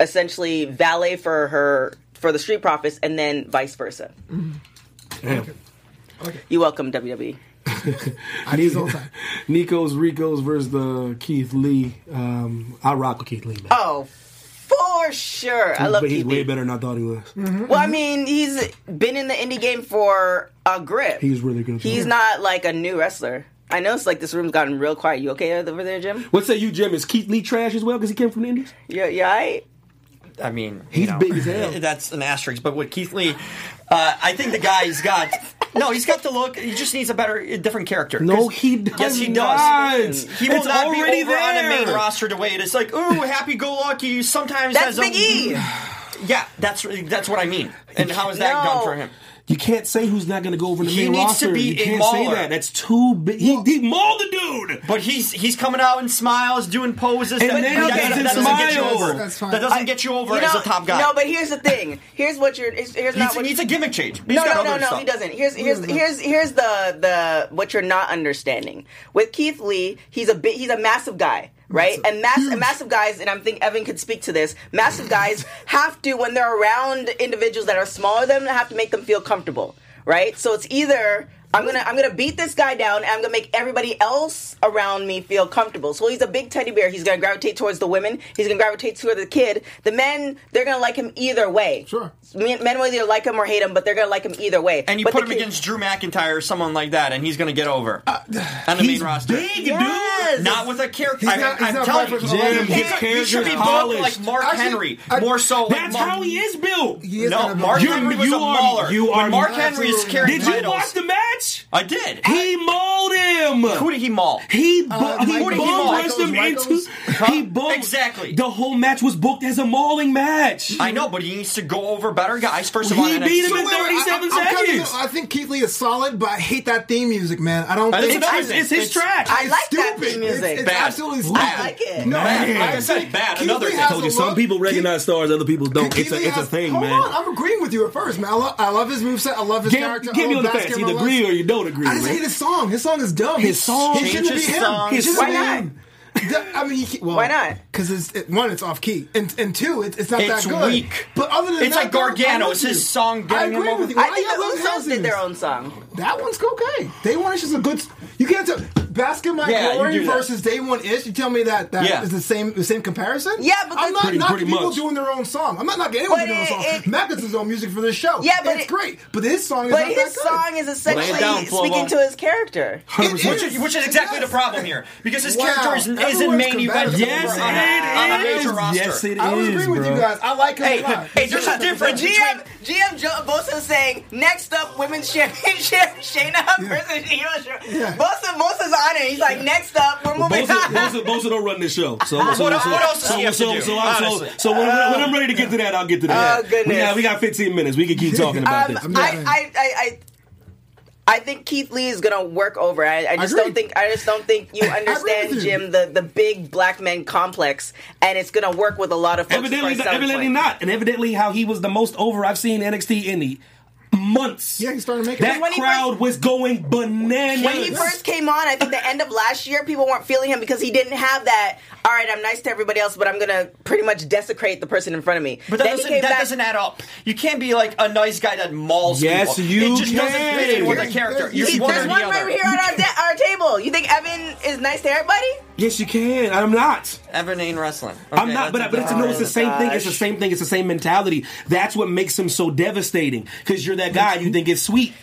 F: essentially valet for her for the Street Profits, and then vice versa.
B: Damn.
F: You welcome WWE.
D: I need all the time.
B: Nico's Rico's versus the Keith Lee. Um, I rock with Keith Lee, man.
F: Oh, for sure. I love
B: but he's
F: Keith
B: way
F: Lee.
B: better than I thought he was.
E: Mm-hmm.
F: Well, I mean, he's been in the indie game for a grip.
B: He was really good.
F: He's not like a new wrestler. I know it's like this room's gotten real quiet. You okay over there, Jim?
B: What say you, Jim? Is Keith Lee trash as well because he came from the Indies?
F: You, you all right?
E: I mean, you
B: He's
E: know,
B: big as hell.
E: <laughs> That's an asterisk. But with Keith Lee, uh, I think the guy's got. No, he's got the look. He just needs a better, a different character.
B: No,
E: 'Cause-
B: he does
E: Yes, he
B: not.
E: does. He will
B: It's
E: not be
B: already
E: over on a main
B: there.
E: roster the way it is. Like, ooh, happy go lucky. Sometimes
F: That's
E: has a-
F: Big E.
E: Yeah, that's that's what I mean. And how is that
F: No.
E: done for him?
B: You can't say who's not going to go over the
E: He
B: main
E: needs
B: roster.
E: to be
B: you
E: a
B: can't say
E: mauler.
B: that. That's too big. He, he mauled the dude.
E: But he's he's coming out and smiles, doing poses.
B: And
E: that,
B: now
E: that-
B: gets
E: that
B: his
E: doesn't get you
B: smiles.
E: over.
D: That's fine.
E: That doesn't get you over
F: You
E: as
F: know-
E: a top guy.
F: No, but here's the thing. Here's what you're. Here's here's not
E: He's-
F: what
E: he needs a gimmick change. He's
F: no,
E: got
F: no,
E: other
F: no, no,
E: stuff.
F: he doesn't. Here's here's here's here's the the what you're not understanding with Keith Lee. He's a bit. He's a massive guy, right? And mass and massive guys, and I'm think Evan could speak to this. Massive guys have to when they're around individuals that are smaller than them, have to make them feel comfortable, right? So it's either. I'm gonna I'm gonna beat this guy down and I'm gonna make everybody else around me feel comfortable. So he's a big teddy bear. He's gonna gravitate towards the women. He's gonna gravitate toward the kid. The men they're gonna like him either way.
D: Sure.
F: Men, men will either like him or hate him, but they're gonna like him either way.
E: And you
F: but
E: put
F: the
E: him
F: kid-
E: against Drew McIntyre or someone like that, and he's going to get over on the main
B: Uh, He's
E: roster.
B: big,
F: Yeah. Yes.
E: Not with a character.
D: He's
E: I,
D: not- he's
E: I'm
D: not
E: telling you,
D: Black
B: Panther. Jim,
E: he,
B: his
E: could- he
B: character's
E: should be built like
B: polished.
E: Mark
D: Actually,
E: Henry,
D: I-
E: more so. like
B: That's
E: Mark-
B: how he is built.
D: He is
E: no,
D: gonna be-
E: Mark
B: You-
E: Henry was
B: you
E: a
B: are-
E: mauler.
B: you are-
E: when Mark Henry is
D: Absolutely.
E: carrying
B: Did you
E: titles.
B: watch the match?
E: I did.
B: He mauled him.
E: Who did he maul?
B: He bu-
D: Uh,
B: he
E: Michaels,
B: bum rushed
E: Michaels,
B: him
D: Michaels.
B: into. He bum
E: Exactly.
B: The whole match was booked as a mauling match.
E: I know, but he needs to go over better guys first of all.
B: He
E: and
B: beat
E: it's-
B: him in
D: wait, wait, I-
B: 37
D: I'm kinda-
B: seconds.
D: I think Keith Lee is solid, but I hate that theme music, man. I don't
E: I
D: think
E: think
B: it's,
E: amazing.
B: his- it's his
E: It's-
B: track.
F: I like that
D: stupid.
F: theme
D: It's-
F: music.
D: It's,
E: Bad.
D: absolutely stupid.
F: I like it.
D: No,
E: Bad.
D: man,
E: Like I
D: think
E: said, bad.
D: Keith
E: Another
D: Lee
E: thing.
D: has
E: Told
D: a
E: you,
B: Some
D: look-
B: people
D: Keith-
B: recognize stars, other people don't.
D: Keith
B: It's a,
D: Lee
B: it's a
D: has-
B: thing,
D: hold
B: man.
D: on, I'm agreeing with you at first, man. I, lo- I love his moveset. I love his character.
B: Get, get
D: I
B: me on
D: love
B: the fence.
D: basketball.
B: Either agree or you don't agree.
D: I just
B: man.
D: hate his song. His song is dumb.
B: His song-
D: He shouldn't be
E: Change his
D: him.
E: song.
D: He shouldn't
F: Why
D: be
F: not?
D: him. The- I mean, he, well,
F: Why not?
D: Because it's it, one, it's off key, and and two, it's, it's not
E: It's
D: that good.
E: weak.
D: But other than
E: It's
D: that,
E: like
D: though,
E: Gargano.
D: I'm with
E: It's his
D: you.
E: song
D: I
E: getting him
D: agree
E: over.
D: with you.
F: I
D: Why
F: think
D: y'all love
F: the Usos did their
D: houses?
F: own song.
D: That one's okay. Day one ish is a good. You can't tell Basket My
E: Yeah, you
D: Glory
E: do that.
D: versus Day one ish. You tell me that that is
E: Yeah.
D: the same the same comparison.
F: Yeah, but
D: I'm
F: the-
D: not
F: Pretty-
D: knocking
B: pretty
D: people
B: much.
D: doing their own song. I'm not knocking anyone
F: But
D: doing their own
F: it-
D: song.
F: it-
D: Mac does his own music for this show.
F: Yeah, but
D: it's
F: it-
D: great. But his song is
F: But
D: not
F: his
D: that good.
F: song is essentially
E: down, Flo
F: speaking
E: Mo.
F: to his character.
D: It
E: Which is, which is exactly
D: Yes.
E: the problem here, because his
D: Wow.
E: character is, isn't
D: Everyone's
E: main event
D: competitive.
E: over
B: Yes,
E: on, a- on a
B: it is.
E: major roster.
B: Yes, it
D: I would
B: is,
D: agree with
B: bro.
D: you guys. I like him
E: Hey,
D: a lot.
E: hey, there's a difference
F: GM
E: between
F: GM Joe Bosa saying next up women's championship <laughs> Shayna versus Io
D: Yeah.
F: Shirai. Bosa Bosa's on it. He's like next up we're moving
B: Both of,
F: on.
B: both, of, both of don't run this show. So, so,
E: What-
B: so,
E: what else does
B: so,
E: he have to
B: so,
E: do,
B: so, I'm- so-
E: honestly?
B: so when, when- when I'm ready to get to that, I'll get to that.
F: Oh, goodness.
B: We got, we got 15 minutes. We can keep talking about
F: Um,
B: this.
D: not-
F: I, I, I, I, I think Keith Lee is gonna work over. I, I just
D: Agreed.
F: don't think. I just don't think you
D: agree
F: understand,
D: with you.
F: Jim, the, the big black men complex, and it's gonna work with a lot of folks. for a
B: Evidently,
F: selling
B: evidently
F: point.
B: not, and evidently how he was the most over I've seen NXT in the months.
D: Yeah, he started making
B: that
D: it.
F: When he
B: crowd
F: first-
B: was going bananas.
F: When he first came on, I think the end of last year, people weren't feeling him because he didn't have that. All right, I'm nice to everybody else, but I'm gonna pretty much desecrate the person in front of me.
E: But that,
F: Then he
E: doesn't,
F: came
E: that
F: back-
E: doesn't add up. You can't be like a nice guy that mauls
B: Yes,
E: people.
B: you
E: It just
B: can.
E: doesn't fit in with a
D: Yes,
E: character.
D: yes,
E: You're
D: you
E: one
D: can.
E: or
F: There's
E: the
F: one
E: other.
F: right here on our, da- our table. You think Evan is nice to everybody?
B: yes, you can. I'm not.
E: Ever named wrestling.
B: I'm not, but, but it's, no, it's the same thing. It's the same thing. It's the same mentality. That's what makes him so devastating. Because you're that guy, you think it's sweet,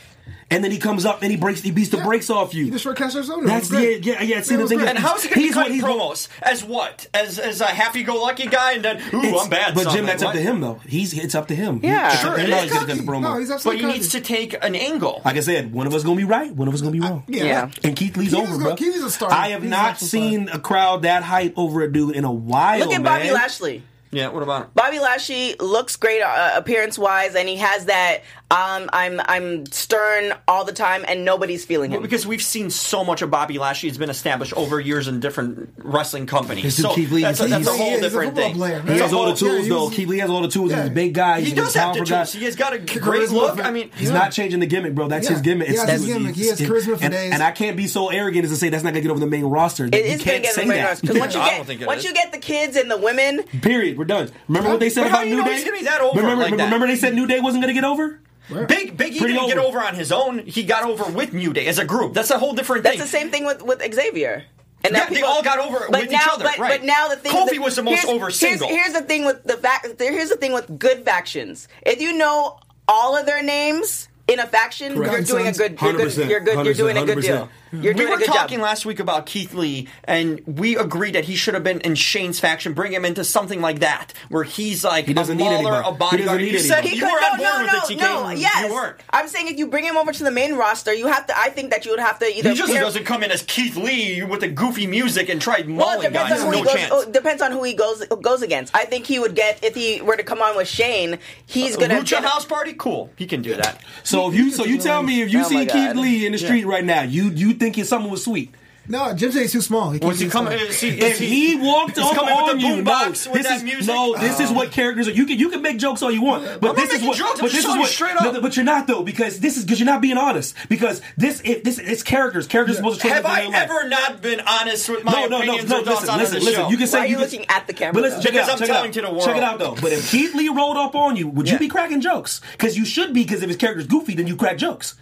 B: and then he comes up and he breaks, he beats the brakes off you.
D: He destroyed Cassius Ohno.
B: That's
D: It was great.
B: yeah, yeah, yeah. See
D: It
B: the
D: was
B: thing,
D: great.
E: And how is he going to be
B: he's what
E: cutting
B: he's-
E: promos? As what? As as a happy-go-lucky guy, and then ooh,
B: it's-
E: I'm bad.
B: But
E: son.
B: Jim, that's
E: Like,
B: up to
E: what?
B: him though. He's it's up to him.
F: Yeah.
B: It's up
E: Sure,
B: to him
E: it
B: how
E: is
B: he's gonna cut the
D: cocky.
B: promo.
D: No, he's
E: But
D: absolutely
E: he needs to
D: cocky.
E: take an angle.
B: like I said, one of us gonna be right, one of us gonna be wrong.
D: Yeah.
F: Yeah.
B: And Keith Lee's
D: Keith
B: over,
D: is a-
B: bro.
D: Keith is a star.
B: I have
D: He's
B: not
D: actually
B: seen a crowd that hype over a dude in a while.
F: Look at
B: man.
F: Bobby Lashley.
E: Yeah. What about him?
F: Bobby Lashley looks great uh, appearance wise, and he has that um, I'm I'm stern all the time, and nobody's feeling him.
E: Because we've seen so much of Bobby Lashley. He's been established over years in different wrestling companies.
B: It's the
E: So
B: Keith Lee.
E: that's, a, that's a
B: He's-
E: whole
D: Yeah, he's a
E: different
D: football
E: thing.
D: player, man.
B: He
E: That's
B: has
E: a
B: all
E: whole-
B: the tools,
D: oh, he
B: though.
D: was-
B: Keith Lee has all the tools. He's a
D: Yeah.
B: big guy. He's
E: He
B: a
E: does have the
B: powerful guy.
E: tools. He has got a great
D: Charisma.
E: look. I mean,
B: He's not changing the gimmick, bro. That's
D: Yeah.
B: his gimmick.
D: Yeah,
B: It's-
D: that's his
B: it's-
D: gimmick. He
B: it's-
D: has
B: it's-
D: charisma for
B: and,
D: days.
B: And I can't be so arrogant as to say that's not gonna get over the main roster.
F: It
B: you
F: is
B: can't
F: gonna
B: say
F: get
B: that.
F: because once
E: <laughs>
F: you
E: I don't
F: get
E: think it
F: once
E: is.
F: you get the kids and the women,
B: Period. We're done. Remember what they said
E: But how
B: about
E: do you
B: New
E: know
B: Day?
E: he's gonna be that over
B: remember,
E: like that?
B: remember they said New Day wasn't gonna get over.
E: Big Big E
B: Pretty
E: didn't get
B: over.
E: over on his own. He got over with New Day as a group. That's a whole different
F: that's
E: thing.
F: the same thing with with Xavier. And
E: Yeah,
F: now
E: they all got over it
F: but
E: with
F: now,
E: each other,
F: But,
E: right.
F: but now the thing
E: Kofi
F: is that-
E: was the most
F: here's-
E: over single.
F: Here's, here's the thing with the fact. Here's the thing with good factions. If you know all of their names in a faction, you're
D: Correct.
F: doing a good. You're good.
B: 100%,
F: You're good. You're doing a good deal.
B: 100%.
F: You're
E: we
F: doing
E: were
F: a good
E: talking
F: job.
E: last week about Keith Lee, and we agreed that he should have been in Shane's faction. Bring him into something like that, where he's like
B: He doesn't
E: a
B: need
E: mauler,
B: anybody.
E: a bodyguard.
B: He doesn't need
E: you said
B: anybody.
E: you
F: could-
E: were on board
F: no,
E: with it, TK.
F: no,
E: and
F: yes.
E: You weren't.
F: I'm saying if you bring him over to the main roster, you have to. I think that you would have to either.
E: He just
F: pair-
E: doesn't come in as Keith Lee with the goofy music and try
F: Well,
E: mauling
F: it depends
E: guys.
F: on who
E: No
F: he goes.
E: chance.
F: oh, depends on who he goes goes against. I think he would get if he were to come on with Shane. He's gonna
E: Uh, Lucha
F: get-
E: House Party, cool. He can do that.
B: So if you so you tell me if you
F: Oh
B: see
F: my
B: Keith
F: God.
B: Lee in the street right now, you you thinking someone was sweet.
D: No, Jim said he's too small. He can't
E: Was he
D: do
E: coming? uh,
D: stuff.
E: Is he,
B: If
E: is
B: he walked
E: he's
B: up
E: coming with
B: on
E: the
B: you,
E: boom
B: no,
E: box with
B: this
E: that
B: is
E: music? Oh.
B: no, this is what characters are. You can you can make jokes all you want, but
E: I'm not
B: this is
E: making
B: what.
E: jokes, I'm
B: but
E: just
B: this is
E: telling you
B: what.
E: straight up.
B: no, but you're not though because this is because you're not being honest because this it, this it's characters. Characters are supposed to.
E: Have
B: show up
E: I
B: in their life.
E: ever not been honest with my
B: No, no, no,
E: opinions
B: no.
E: or thoughts
B: Listen,
E: on
B: listen,
E: the
B: listen.
E: show?
B: You can say
F: Why are
B: you
F: you
B: can-
F: looking at the camera,
B: But listen,
F: though?
B: check it
E: Because
B: out.
E: I'm
B: check it
E: telling
B: out.
E: to the world.
B: Check it out though. But if Keith Lee rolled up on you, would you
E: Yeah.
B: be cracking jokes? Because you should be. Because if his character's goofy, then you crack jokes.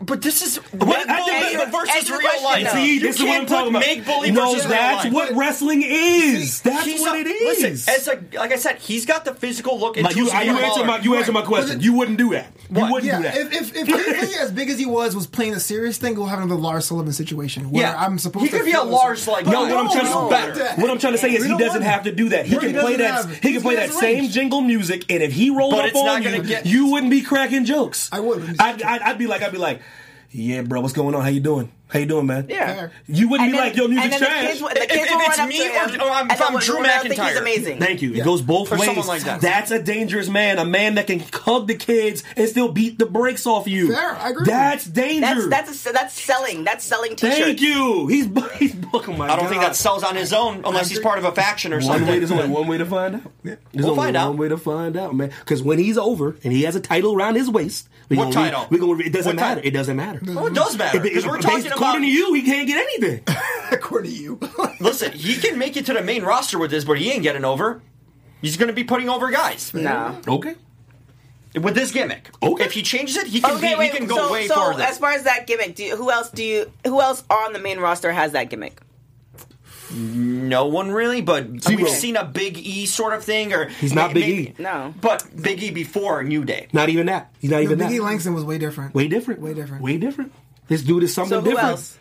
E: But this is make
F: answer-
E: believe versus
F: answer the
E: real
F: question,
E: life.
F: though. See,
E: you
B: this is what I'm
E: can't
B: talking
E: put
B: about.
E: make believe
B: no,
E: versus real
B: that's
E: life.
B: what wrestling is. That's
E: He's
B: what
E: a-
B: it is.
E: Listen, as a, like I said, he's got the physical look. And
B: like you, you
E: tools to be a
B: answered my
E: baller.
B: you answered my question. You wouldn't do that. You
E: What?
B: wouldn't do
D: Yeah,
B: that.
D: if if if Kingsley,
B: <laughs>
D: as big as he was, was playing a serious thing, we'll have another Lars Sullivan situation where
E: Yeah.
D: I'm supposed
E: He
D: to
E: could be a
D: feel this-
E: Lars like
D: But
B: No, what I'm
E: No,
B: trying to
E: no.
B: back-
D: that-
B: what I'm trying to say is
D: We
B: he
D: don't
B: doesn't
D: want
B: have to do that. He
D: No,
B: can
D: he
B: play
D: doesn't
B: that
D: have-
B: he can
D: he's
B: play
D: got
B: that
D: his
B: same
D: range.
B: jingle music, and if he rolled
E: But
B: up
E: it's not
B: on
E: gonna
B: you,
E: get-
B: you wouldn't be cracking jokes.
D: I wouldn't.
B: I'd, I'd, I'd be like, I'd be like, yeah, bro, what's going on? How you doing? How you doing, man?
F: Yeah.
B: You wouldn't
F: And
B: be
F: then-
B: like, your
F: and
B: music's
F: then the kids,
B: trash.
F: would-
E: If-
F: the kids
E: if
F: will
E: it's
F: run up
E: me
F: to him,
E: or- or I'm-
F: and
E: if I'm
F: they'll-
E: Drew
F: they'll think
E: McIntyre.
F: he's amazing.
B: Thank you. It goes both
E: Or
B: ways.
E: someone like that.
B: That's a dangerous man. A man that can hug the kids and still beat the brakes off you.
D: Fair, I agree.
B: That's dangerous.
F: That's that's a, that's selling. That's selling t-shirts.
B: Thank you. He's <laughs> he's booking my.
E: I don't think
B: God.
E: that sells on his own unless he's part of a faction or
B: One
E: something.
B: way, there's only one way to find out. There's
E: We'll
B: only
E: find out.
B: one way to find out, man. Because when he's over and he has a title around his waist, we
E: What
B: gonna re-
E: title?
B: we gonna re- it doesn't
E: What
B: matter.
E: title?
B: It doesn't matter.
E: Well, it does matter
B: If it-
E: because we're
B: if-
E: talking about.
B: according to you, he can't get anything.
D: according to you.
E: <laughs> Listen, he can make it to the main roster with this, but he ain't getting over. He's going to be putting over guys
F: No.
B: <laughs> okay.
E: with this gimmick.
B: Okay.
E: If he changes it, he can
F: okay,
E: be,
F: wait.
E: he can go
F: so,
E: way
F: so
E: farther.
F: as far as that gimmick, do you, who else do you? Who else on the main roster has that gimmick?
E: no one really, but uh,
B: Zero.
E: we've seen a Big E sort of thing, or he's
B: not Big E.
F: No.
E: but Big E before New Day.
B: Not even that. He's not
D: The
B: even that.
D: Biggie Langston was way different.
B: Way different.
D: Way different.
B: Way different. This dude is something
F: So who
B: different.
F: else?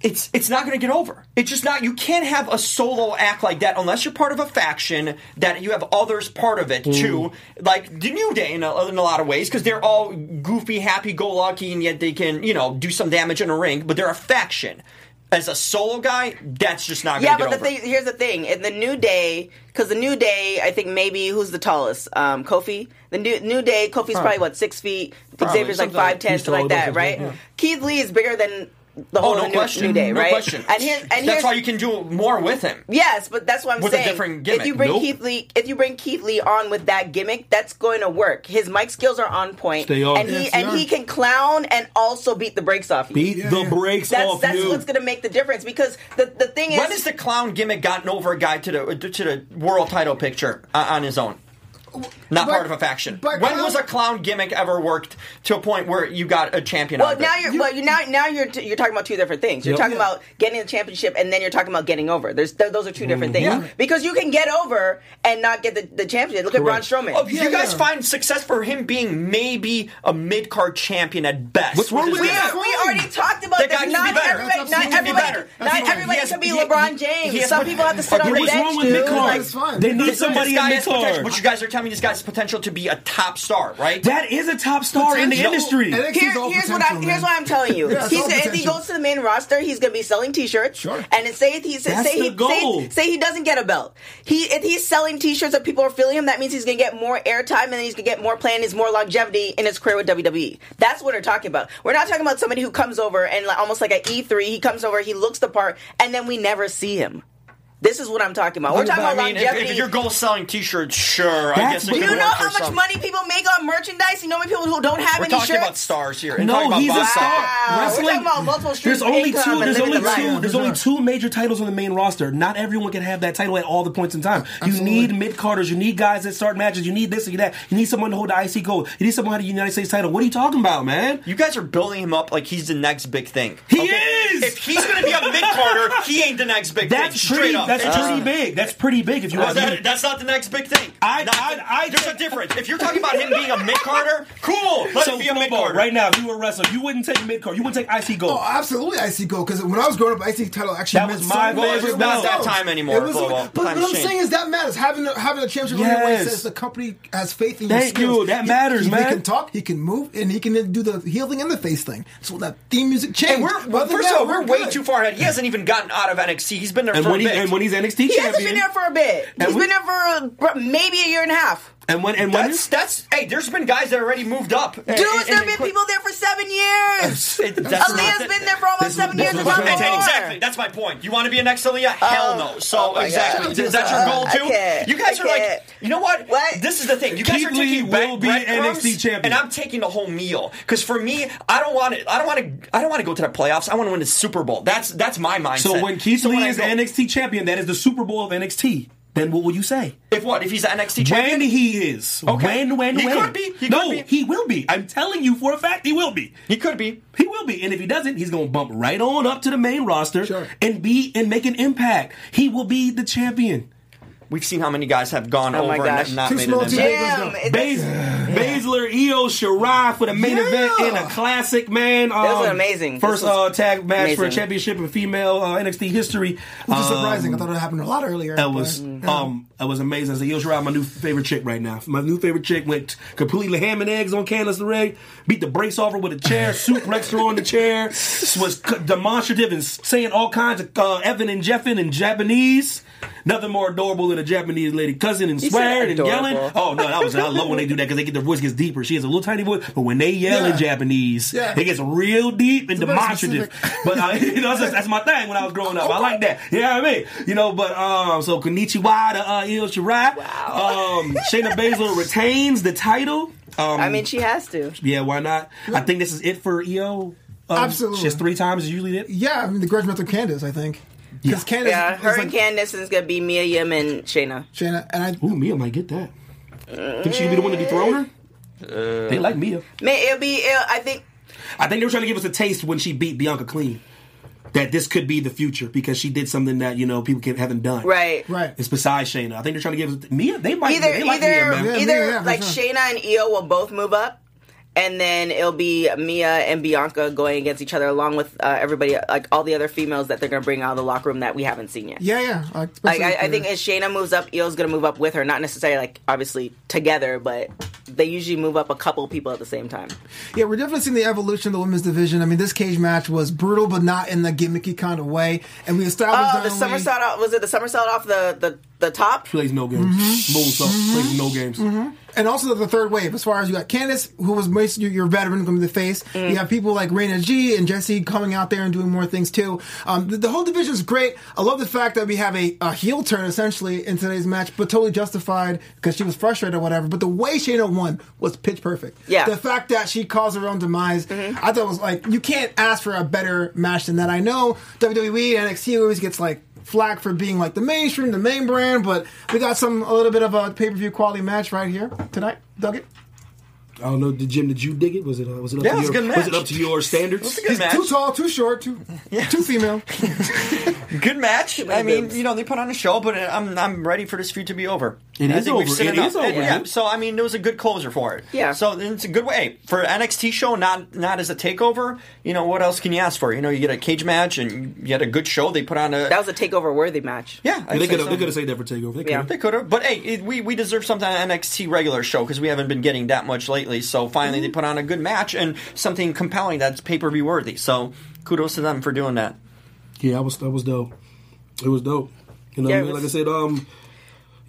E: It's it's not going to get over. It's just not. You can't have a solo act like that unless you're part of a faction that you have others part of
B: Mm.
E: it too. Like the New Day in a, in a lot of ways because they're all goofy, happy-go-lucky, and yet they can you know do some damage in a ring. But they're a faction. As a solo guy, that's just not going
F: Yeah,
E: to
F: but
E: get
F: the
E: over.
F: thing here's the thing: in the New Day, because the New Day, I think maybe who's the tallest? Um, Kofi. The New, new Day, Kofi's probably what six feet. Xavier's like
E: something like-
F: five ten,
B: he's
F: something like
B: taller than
F: that, right?
B: Xavier, yeah.
F: Keith Lee is bigger than the whole
E: oh no
F: of the
E: question,
F: New, New Day,
E: no
F: right?
E: question.
F: And here's and
E: that's
F: here's
E: why you can do more with him.
F: Yes, but that's what I'm
E: With a
F: saying.
E: different
F: If
E: gimmick.
F: you bring
E: Nope.
F: Keith Lee, if you bring Keith Lee on with that gimmick, that's going to work. His mic skills are on point,
B: They are.
F: and he
D: Yes, they
F: and he
D: are.
F: can clown and also beat the brakes off you.
B: Beat
D: Yeah,
B: the
D: yeah.
B: brakes
F: that's
B: off
F: that's
B: you.
F: what's going to make the difference because the the thing is,
E: When has the clown gimmick gotten over a guy to the to the world title picture uh, on his own? Not
D: But-
E: part of a faction.
D: but
E: when
D: clown-
E: was a clown gimmick ever worked to a point where you got a champion? out
F: well
E: of it?
F: now you're well you now now you're t- you're talking about two different things. You're
B: Yep.
F: talking
B: Yeah.
F: about getting the championship and then you're talking about getting over. There's th- those are two different things
E: Yeah.
F: because you can get over and not get the, the championship. Look
B: Correct.
F: at Braun Strowman.
E: Oh, you guys
D: yeah.
E: find success for him being maybe a mid card champion at best.
B: What's wrong
E: Which is
B: with
F: We,
E: good.
B: that?
F: are, we already talked about
E: That
F: this.
E: guy can
F: Not
E: be better.
F: everybody,
D: That's
F: not
D: absolutely
F: everybody,
E: better.
F: not
D: That's
F: everybody
E: fine.
F: can be
E: He has-
F: LeBron
E: he- he
F: James.
E: has
F: Some
E: pot-
F: people have to sit
E: Okay,
F: on the
B: What's
F: bench,
B: wrong with
F: dude.
B: mid
F: Like,
D: It's fine.
B: card? They need
E: This
B: somebody in
E: guy
B: mid
E: has potential,
B: card.
E: but you guys are telling me this guy's potential to be a top star, right?
B: That is a top star in the
E: Potential.
B: industry.
D: NXT 's
F: Here,
D: all
F: here's what
D: potential,
F: I'm.
D: man.
F: Here's what I'm telling you.
D: Yeah, it's
F: he's,
D: all
F: if he
D: potential.
F: goes to the main roster, he's going to be selling T-shirts.
D: Sure.
F: And then say if he say,
B: That's
F: say he
B: the goal.
F: Say, say he doesn't get a belt. He if he's selling T-shirts and people are feeling him, that means he's going to get more airtime and then he's going to get more play and he's more longevity in his career with WWE. That's what we're talking about. We're not talking about somebody who comes over and like, almost like an E3. He comes over, he looks the part, and then we never see him. This is what I'm talking about. We're talking
E: I
F: about
E: mean, if,
F: longevity.
E: if your goal is selling T-shirts, sure, I
B: That's-
E: guess. it
B: Do
E: could
F: you
E: work
F: know
E: for
F: how much
E: some.
F: money people make on merchandise? You know how many people who don't have
E: We're
F: any
E: talking
F: shirts?
E: about stars here. and talking
B: No,
E: about
B: he's a
E: box
B: star.
E: office.
F: Wow, we're
B: Wrestling.
F: talking about multiple streams
B: there's only
F: income
B: two.
F: and
B: There's
F: living
B: only
F: the life.
B: two. There's only two major titles on the main roster. Not everyone can have that title at all the points in time.
D: Absolutely.
B: You need mid carders. You need guys that start matches. You need this and that. You need someone to hold the IC gold. You need someone to have the United States title. What are you talking about, man?
E: You guys are building him up like he's the next big thing.
B: He is!
E: If he's going to be a mid Carter, he ain't the next big thing.
B: That's
E: Straight
B: pretty.
E: up.
B: That's
E: It's-
B: pretty big. That's pretty big. If you
E: Well,
B: want
E: that- that's not the next big thing.
B: I-
E: Not
B: I-
E: the-
B: I-
E: there's a difference. If you're talking about him being a mid Carter, cool. Let
B: so
E: him be a mid
B: Snowball,
E: Carter.
B: right now, if you were a wrestler, you wouldn't take mid card. You wouldn't take IC gold.
D: Oh, absolutely, IC gold. Because when I was growing up, IC title actually
B: That
D: meant
B: was
D: so
B: my
D: much.
B: favorite
D: It
B: belt.
D: was-
E: Not that time anymore,
D: It was-
E: blah, blah.
D: but what
E: Times
D: I'm
E: changed.
D: saying is that matters. Having a, having a championship yes. running
B: Yes.
D: away says the company has faith in
B: Thank
D: your skills.
B: you. That
D: He-
B: matters,
D: he,
B: man.
D: He can talk, he can move, and he can do the heel thing and the face thing. So that theme music changed.
E: And we're, well,
D: Other than
E: first of
D: that,
E: all, we're way
D: good.
E: too far ahead. He hasn't even gotten out of NXT. He's been there
B: and
E: for
B: when,
E: a
B: he,
E: bit.
B: and when he's NXT
F: He hasn't
B: champion,
F: been there for a bit.
B: And
F: He's
B: we-
F: been there for uh, maybe a year and a half.
B: and when and when
E: that's that's hey. There's been guys that already moved up. Dudes,
F: Dudes, there have been people there for seven
B: <laughs>
F: years. Aaliyah's been there for almost seven years.
B: this
F: if
B: is
F: not
B: what I'm saying.
F: more.
E: Exactly. That's my point. You want to be an next Aaliyah? Hell no. So
F: oh my
E: exactly.
F: God.
E: Is that your goal
F: I
E: too?
F: can't.
E: You guys
F: I
E: are like,
F: can't.
E: you know what?
F: What?
E: This is the thing. You guys
B: Keith
E: are taking
B: Lee
E: back
B: will be
E: breadcrumbs,
B: NXT champion.
E: and I'm taking the whole meal. Because for me, I don't want to. I don't want to. I don't want to go to the playoffs. I want to win the Super Bowl. That's that's my mindset.
B: So when Keith Lee
E: I
B: is
E: go-
B: the NXT champion, that is the Super Bowl of NXT. then what would you say?
E: If what? If he's the NXT champion?
B: When he is.
E: Okay.
B: When, when,
E: He
B: when.
E: could be. He
B: no,
E: could be.
B: he will be. I'm telling you for a fact, he will be.
E: He could be.
B: He will be, and if he doesn't, he's gonna bump right on up to the main roster
D: Sure.
B: and be and make an impact. He will be the champion.
E: We've seen how many guys have gone
F: Oh my
E: over and
F: gosh.
E: not
D: Too
E: made
D: small
E: it.
D: to
E: in.
D: big.
F: Damn, it-
B: Bas- Baszler, Io, Shirai for the main
D: Yeah.
B: event in a classic man. Um,
F: was amazing.
B: First
F: This was
B: uh, tag match for a
F: amazing.
B: championship in female uh, NXT history.
D: Which is
B: Um,
D: surprising. I thought it happened a lot earlier.
B: That was um, that was amazing. I said, "Yo, Shirai, my new favorite chick right now. My new favorite chick went completely ham and eggs on Candice LeRae, beat the brace off her with a
D: <laughs>
B: chair, suplexed her on the chair, was c- demonstrative and s- saying all kinds of uh, Evan and Jeffin in Japanese. Nothing more adorable than a Japanese lady cousin and
F: said
B: swearing and
F: adorable.
B: yelling. Oh no, that was I love when they do that because they get their voice gets deeper. She has a little tiny voice, but when they yell in
D: Yeah.
B: Japanese,
D: Yeah.
B: it gets real deep and
D: very
B: demonstrative.
D: specific.
B: But I, <laughs> you know,
D: <laughs>
B: that's, that's my thing when I was growing up. I like that. <laughs> You know what I mean? You know, but um, so Konichiwa to uh, Io Shirai. Um, Shayna Baszler retains the title. Um,
F: I mean, she has to.
B: yeah, why not? I think this is it for Io. Um,
D: Absolutely.
B: She's three times is usually it.
D: Yeah, I mean, the grudge match with Candace, I think. Because Candace
F: Yeah,
D: is
F: her and
D: like
F: Candice is gonna be Mia Yim and Shayna.
D: Shayna, and I.
B: Ooh, Mia might get that. Think she'd be the one to dethrone her? they like Mia.
F: Man, it'll be. It'll, I think.
B: I think they were trying to give us a taste when she beat Bianca clean that this could be the future because she did something that you know people can, haven't done.
F: Right.
D: Right.
B: It's besides Shayna. I think they're trying to give us Mia. They might
F: Either
B: they like
F: either
B: Mia, man.
D: Yeah,
F: either
D: Mia, yeah, for
F: like
D: sure.
F: Shayna and Io will both move up, and then it'll be Mia and Bianca going against each other along with uh, everybody, like all the other females that they're gonna bring out of the locker room that we haven't seen yet.
D: Yeah, yeah. Like,
F: Like
D: especially
F: I, I
D: if
F: think
D: they're-
F: as Shayna moves up, Io's gonna move up with her. Not necessarily like obviously together, but they usually move up a couple people at the same time.
D: Yeah, we're definitely seeing the evolution of the women's division. I mean, this cage match was brutal, but not in the gimmicky kind of way. And we established
F: Oh,
D: not
F: the
D: only-
F: somersault off was it the somersault off the the, the top?
B: plays no games. Moonsault plays no games.
D: and also the third wave. As far as you got Candice, who was most- your, your veteran coming to the face,
F: Mm.
D: you have people like Raina G and Jesse coming out there and doing more things too. Um, the, the whole division is great. I love the fact that we have a, a heel turn essentially in today's match, but totally justified because she was frustrated or whatever. But the way Shayna won was pitch perfect.
F: Yeah.
D: the fact that she caused her own demise, I thought was like you can't ask for a better match than that. I know WWE and NXT always gets like flack for being like the mainstream, the main brand, but we got some a little bit of a pay per view quality match right here tonight. Dug it.
B: I don't know, did Jim, did you dig it? Was it uh, was it up
E: Yeah,
B: to
E: it was
B: your
E: a good match.
B: was it up to your standards?
E: It's a good match.
D: Too tall, too short,
B: <laughs>
D: too too female.
E: Good match. I mean,
F: boobs.
E: you know, they put on a show, but I'm I'm ready for this feud to be over.
B: It
E: I
B: is
E: think we've
B: over.
E: seen
B: It
E: enough.
B: is over,
E: Yeah.
B: dude.
E: So I mean, it was a good closer for it.
F: Yeah.
E: So it's a good way for an NXT show, not not as a takeover. You know, what else can you ask for? You know, you get a cage match and you had a good show. They put on a
F: That was a takeover worthy match.
E: yeah. I'd
B: they
E: say
B: could
E: so.
B: have they could have said that for takeover. They could
F: Yeah.
B: have.
E: They could have, but hey, it, we we deserve something on NXT regular show because we haven't been getting that much lately. So finally,
F: Mm-hmm.
E: they put on a good match and something compelling that's pay per view worthy. So kudos to them for doing that.
B: Yeah, I was that was dope. It was dope. You know,
F: Yeah,
B: what I mean?
F: it
B: like I
F: was-
B: said, um,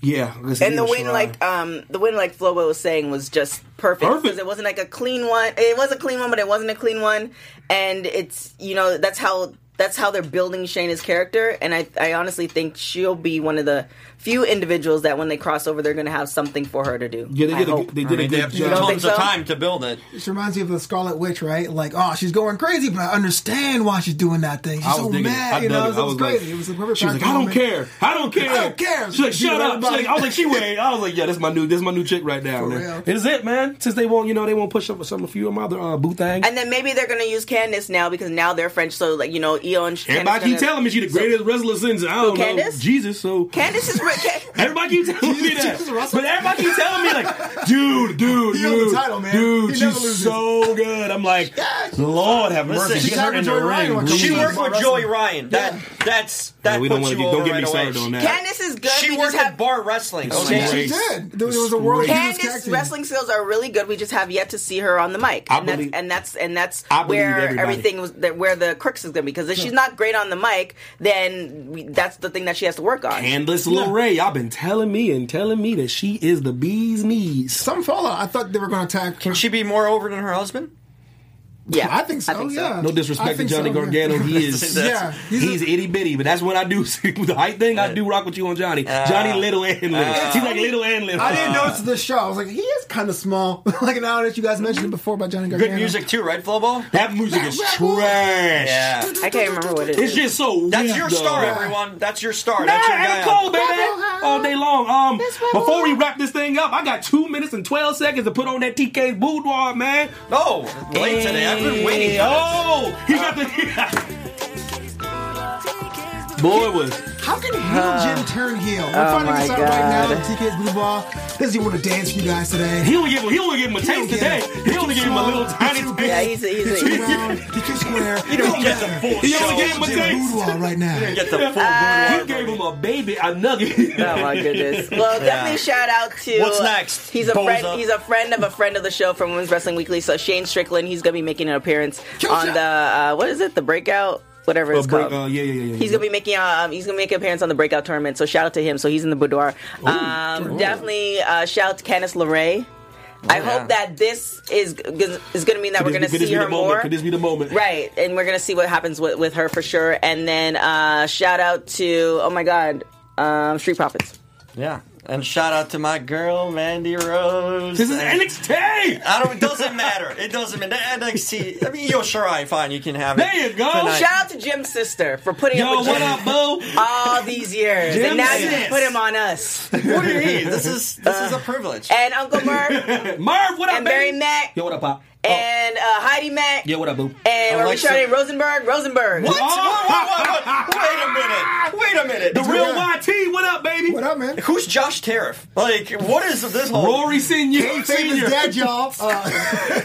B: yeah. uh, like I said,
F: And the
B: Io
F: win,
B: Shirai.
F: like um, the win, like Flobo was saying, was just perfect
B: Perfect.
F: because it wasn't like a clean one. It was a clean one, but it wasn't a clean one. And it's you know that's how that's how they're building Shayna's character. And I I honestly think she'll be one of the few individuals that when they cross over, they're going to have something for her to do.
B: yeah, they
F: I
B: did a,
F: hope.
B: they did a
E: They
B: good
E: have
B: job.
F: think
E: tons of
F: so?
E: time to build it.
D: This reminds you of the Scarlet Witch, right? Like, oh, she's going crazy, but I understand why she's doing that thing. She's
B: I was
D: so
B: digging it.
D: mad,
B: I
D: you know.
B: dug it.
D: It was,
B: I was
D: crazy.
B: like,
D: it was the perfect
B: she was like,
D: factor
B: I don't
D: moment.
B: care. I don't care.
D: don't care.
B: She's like,
D: She
B: shut
D: beat
B: up. She's
D: everybody.
B: like, I was like, she went. I was like, yeah, this is my new, this is my new chick right now.
D: For
B: man.
D: real.
B: It is it, man. Since they won't, you know, they won't push up some a few of my other uh, boo things.
F: And then maybe they're going to use Candice now because now they're French. So like you know, Io and Sh-
B: Everybody keep
F: Candice gonna-
B: telling me she's the greatest wrestler since I don't know
F: Candace?
B: Jesus. So
F: Candice is re-
B: <laughs>
F: Can-
B: everybody keep telling
D: <laughs>
B: me that, but everybody keep telling me like, dude, dude,
D: He owned the
B: dude,
D: title, man.
B: dude,
D: He never
B: she's
D: loses.
B: so good. I'm like, Lord have
E: Listen,
B: mercy.
E: she
B: Get
D: got
B: her in the
D: Joey Ryan
B: ring.
D: one
B: please.
E: She
D: She's
E: worked
D: about
E: with
D: wrestling.
E: Joey Ryan. That that's that
B: Yeah, we don't
E: puts
B: want to
E: you
B: get
E: over
B: don't get
E: right
B: me started
E: away.
B: on that.
F: Candice is good.
E: She
F: we
E: worked
F: just have
E: at bar wrestling.
B: Oh,
E: okay?
B: yeah.
D: She did. There was a world.
B: Candace
D: Jesus tag
F: Candice
D: team.
F: wrestling skills are really good. We just have yet to see her on the mic,
B: I
F: and, that's,
B: believe-
F: and that's and that's
B: I believe
F: where
B: everybody.
F: everything was that where the crux is going to be. Because if she's not great on the mic, then we, that's the thing that she has to work on.
B: Candace LeRae, y'all been telling me and telling me that she is the bee's knees.
D: Some fallout. I thought they were going to attack.
E: Can she be more over than her husband?
F: Yeah,
D: I think so.
F: I think so.
D: Yeah.
B: No
D: I
B: disrespect to
D: think
B: Johnny
D: so, yeah.
B: Gargano,
D: <laughs>
B: he is
D: Yeah,
B: he's,
D: he's a-
B: itty bitty, but that's when I do <laughs> see with the height thing. I do rock with you on Johnny,
E: Ah.
B: Johnny Little and Little. he's like Little and Little.
D: I didn't
F: <laughs>
D: notice the show. I was like, he is kind of small. <laughs> like now that you guys mentioned it before about Johnny Gargano.
E: Good music too, right, Flobo?
B: that music is trash.
E: Yeah.
F: I can't remember what it
B: It's
F: is.
B: just so
E: That's
B: weak,
E: your
B: though.
E: star, everyone. That's your star.
B: Nah,
E: That's your guy.
B: Adam Cole, baby,
D: Rebel
B: all day long. Um,
D: It's Rebel
B: before we
D: Heart.
B: wrap this thing up, I got two minutes and twelve seconds to put on that TK's boudoir, man.
E: Oh, late today. I've been waiting.
B: Hey, Oh, he got the. <laughs> Boy was
D: How can heel Jim turn heel? We're finding
F: Uh, oh my
D: this out right now.
F: God.
D: at TK's Blue Ball. Does he want to dance for you guys today?
B: he only give him he only give him a taste today. He only give him a little tiny
F: Yeah,
B: taste.
F: he's a, he's
D: It's
F: a,
D: too round. It's too square.
B: <laughs>
D: He
E: don't get the full
B: He only
E: show.
B: gave him a
D: Jim
B: taste.
D: Boudoir right now.
E: Get the full
B: Uh, He
E: burn.
B: gave him a baby a nugget.
F: Oh
B: <laughs>
F: my goodness! Well, definitely shout out to uh,
E: What's next,
F: He's a
E: Bozo?
F: friend. He's a friend of a friend of the show from Women's Wrestling Weekly. So Shane Strickland, he's gonna be making an appearance on
D: shot.
F: the uh, what is it? The breakout, whatever it's
B: Uh, break-
F: called.
B: uh, yeah, yeah, yeah, yeah,
F: He's
B: yeah.
F: gonna be making um, he's gonna make an appearance on the breakout tournament. So shout out to him. So he's in the boudoir. Um, definitely uh, shout out to Candice LeRae. I hope that this is is gonna mean that
B: Oh, Could this be-
F: we're gonna
B: could this
F: see
B: be
F: her
B: the moment?
F: more.
B: Could this be the moment?
F: Right, and we're gonna see what happens with, with her for sure. And then uh, shout out to oh my god, um, Street Profits.
E: Yeah. And shout out to my girl, Mandy Rose.
B: This is NXT.
E: I don't. It doesn't matter. It doesn't matter. NXT. I mean, yo, sure, I fine. You can have it.
B: There you go.
E: tonight.
F: Shout out to Jim's sister for putting
B: Yo,
F: up with
B: what
F: Jim
B: up, boo?
E: Uh,
F: all these years,
B: Jim's
F: and now you
B: sis.
F: put him on us.
E: What do you mean? This is this
B: Uh,
E: is a privilege.
F: And Uncle Merv,
B: Merv, what up,
F: and Barry
B: baby?
F: Mack,
B: <laughs> Yo, what up, pop?
F: and uh, Heidi Mack,
B: Yeah, what up, boo?
F: and are we
E: Alexa.
F: shouting Rosenberg? Rosenberg.
E: What?
B: Oh.
E: Whoa,
B: <laughs>
E: whoa, whoa, whoa. Wait a minute. Wait a minute.
B: The real YT, what up, baby?
D: What
B: <laughs>
D: up, man?
E: Who's Josh Tariff? Like, what is this whole?
B: Rory Senior,
D: Save his
B: Senior, <laughs>
D: dad, y'all. Uh,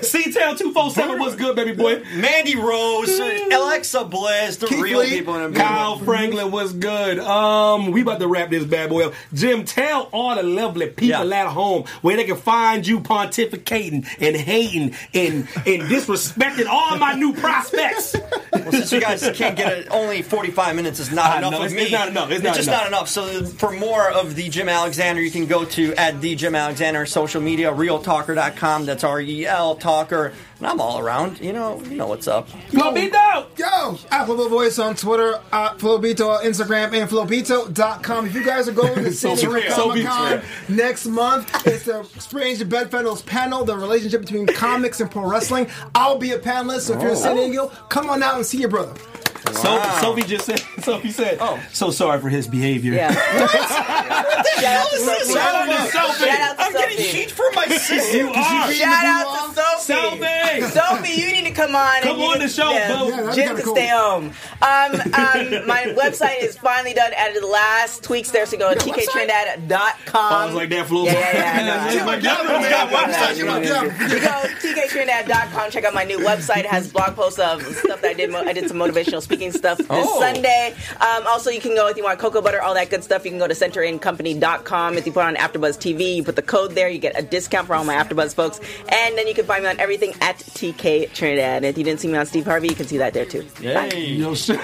B: C-Town 247, what's good, baby boy?
E: Mandy Rose, Alexa Bliss, the
D: Keith
E: real
D: Lee.
E: people in America.
B: Kyle Franklin, what's good? Um, we about to wrap this bad boy up. Jim, tell all the lovely people
E: Yeah.
B: at home where they can find you pontificating and hating and and disrespecting all my new prospects.
E: Well, since you guys can't get it, only 45 minutes is not
B: I
E: enough
B: know,
E: of
B: Ah, it's-
E: me.
B: it's not enough, it's not
E: just
B: enough.
E: not enough. So for more of the Jim Alexander, you can go to at the Jim Alexander on social media, realtalker.com. That's R-E-L Talker. And I'm all around. You know, you know what's up.
B: Gonna be dope.
D: Yo, Affable Voice on Twitter, uh, Flobito on Instagram, and Flobito.com. If you guys are going
B: <laughs>
D: to
B: So
D: San Diego
B: surreal. So
D: Comic Con
B: surreal.
D: next month, it's the Strange Bedfellows panel, the relationship between comics and pro wrestling. I'll be a panelist, so if
B: Oh.
D: you're in San Diego, come on out and see your brother.
B: So, Sophie just said. <laughs> Sophie said.
E: Oh.
B: So sorry for his behavior.
F: <laughs> Yeah. Shout out to Sophie.
B: <laughs> Shout out to Sophie.
F: Shout out to
E: I'm getting
F: Sophie.
E: heat from my sister.
B: You are.
F: Shout out to Sophie.
B: Sophie.
F: Sophie, you need to come on.
B: Come
F: and you
B: on
F: need-
B: the show,
F: yeah.
B: boo.
D: Yeah, that'd be
F: Jim
D: kinda
F: can
D: cool.
F: stay home. Um, um, my website is finally done. Added the last tweaks there, so go to tktrindad.com.
B: I was like that, Flo.
F: Yeah, yeah, yeah,
B: <laughs>
F: I know.
B: Like, that girl's got websites.
D: Come on, yeah.
F: You go tktrindad.com, check out my new website. It has blog posts of stuff that I did. Mo- I did some motivational speaking stuff this
E: Oh.
F: Sunday. Um, also, you can go if you want cocoa butter, all that good stuff. You can go to centerincompany.com. If you put on AfterBuzz TV, you put the code there, you get a discount for all my AfterBuzz folks. And then you can find me on everything at TK Trinidad. And if you didn't see me on Steve Harvey, you can see that there too.
E: Hey.
B: Yo, <laughs> shout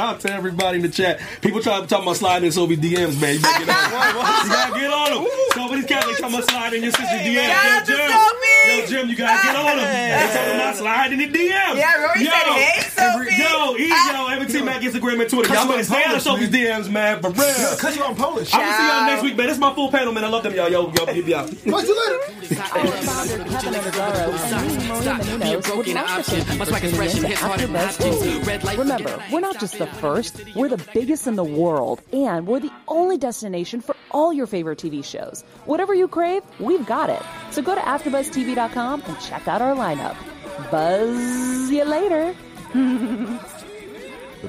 B: out to everybody in the chat. People try to talk about sliding in Sophie DMs, man. You better get on
F: <laughs>
B: them. You gotta get on them. Somebody's Catholic talking about sliding in your sister's
F: shout
B: DMs.
F: out to
B: Yo, Jim.
F: Sophie.
B: Yo, Jim, you gotta get on them. They talking about sliding in the DMs.
F: Yeah, Rory
B: Yo,
F: said, hey, Sophie. Ah.
B: Yo, E, yo, every team Mac Instagram and Twitter. Y'all
D: Cause you
B: better
D: on
B: stay out of
D: Polish,
B: Sophie's DMs, man, for real.
D: Because you're on Polish.
B: I'm gonna see y'all next week, man. This is my full panel, man. I love them, y'all. Yo, yo, yo, yo.
D: Talk to you later.
C: Our founder Kevin Undergaro and me, Maureen Menounos, would love to thank you for tuning in to AfterBuzz TV. Remember, we're not just the first; we're the biggest in the world, and we're the only destination for all your favorite TV shows. Whatever you crave, we've got it. So go to AfterBuzzTV.com and check out our lineup. Buzz you later.
H: The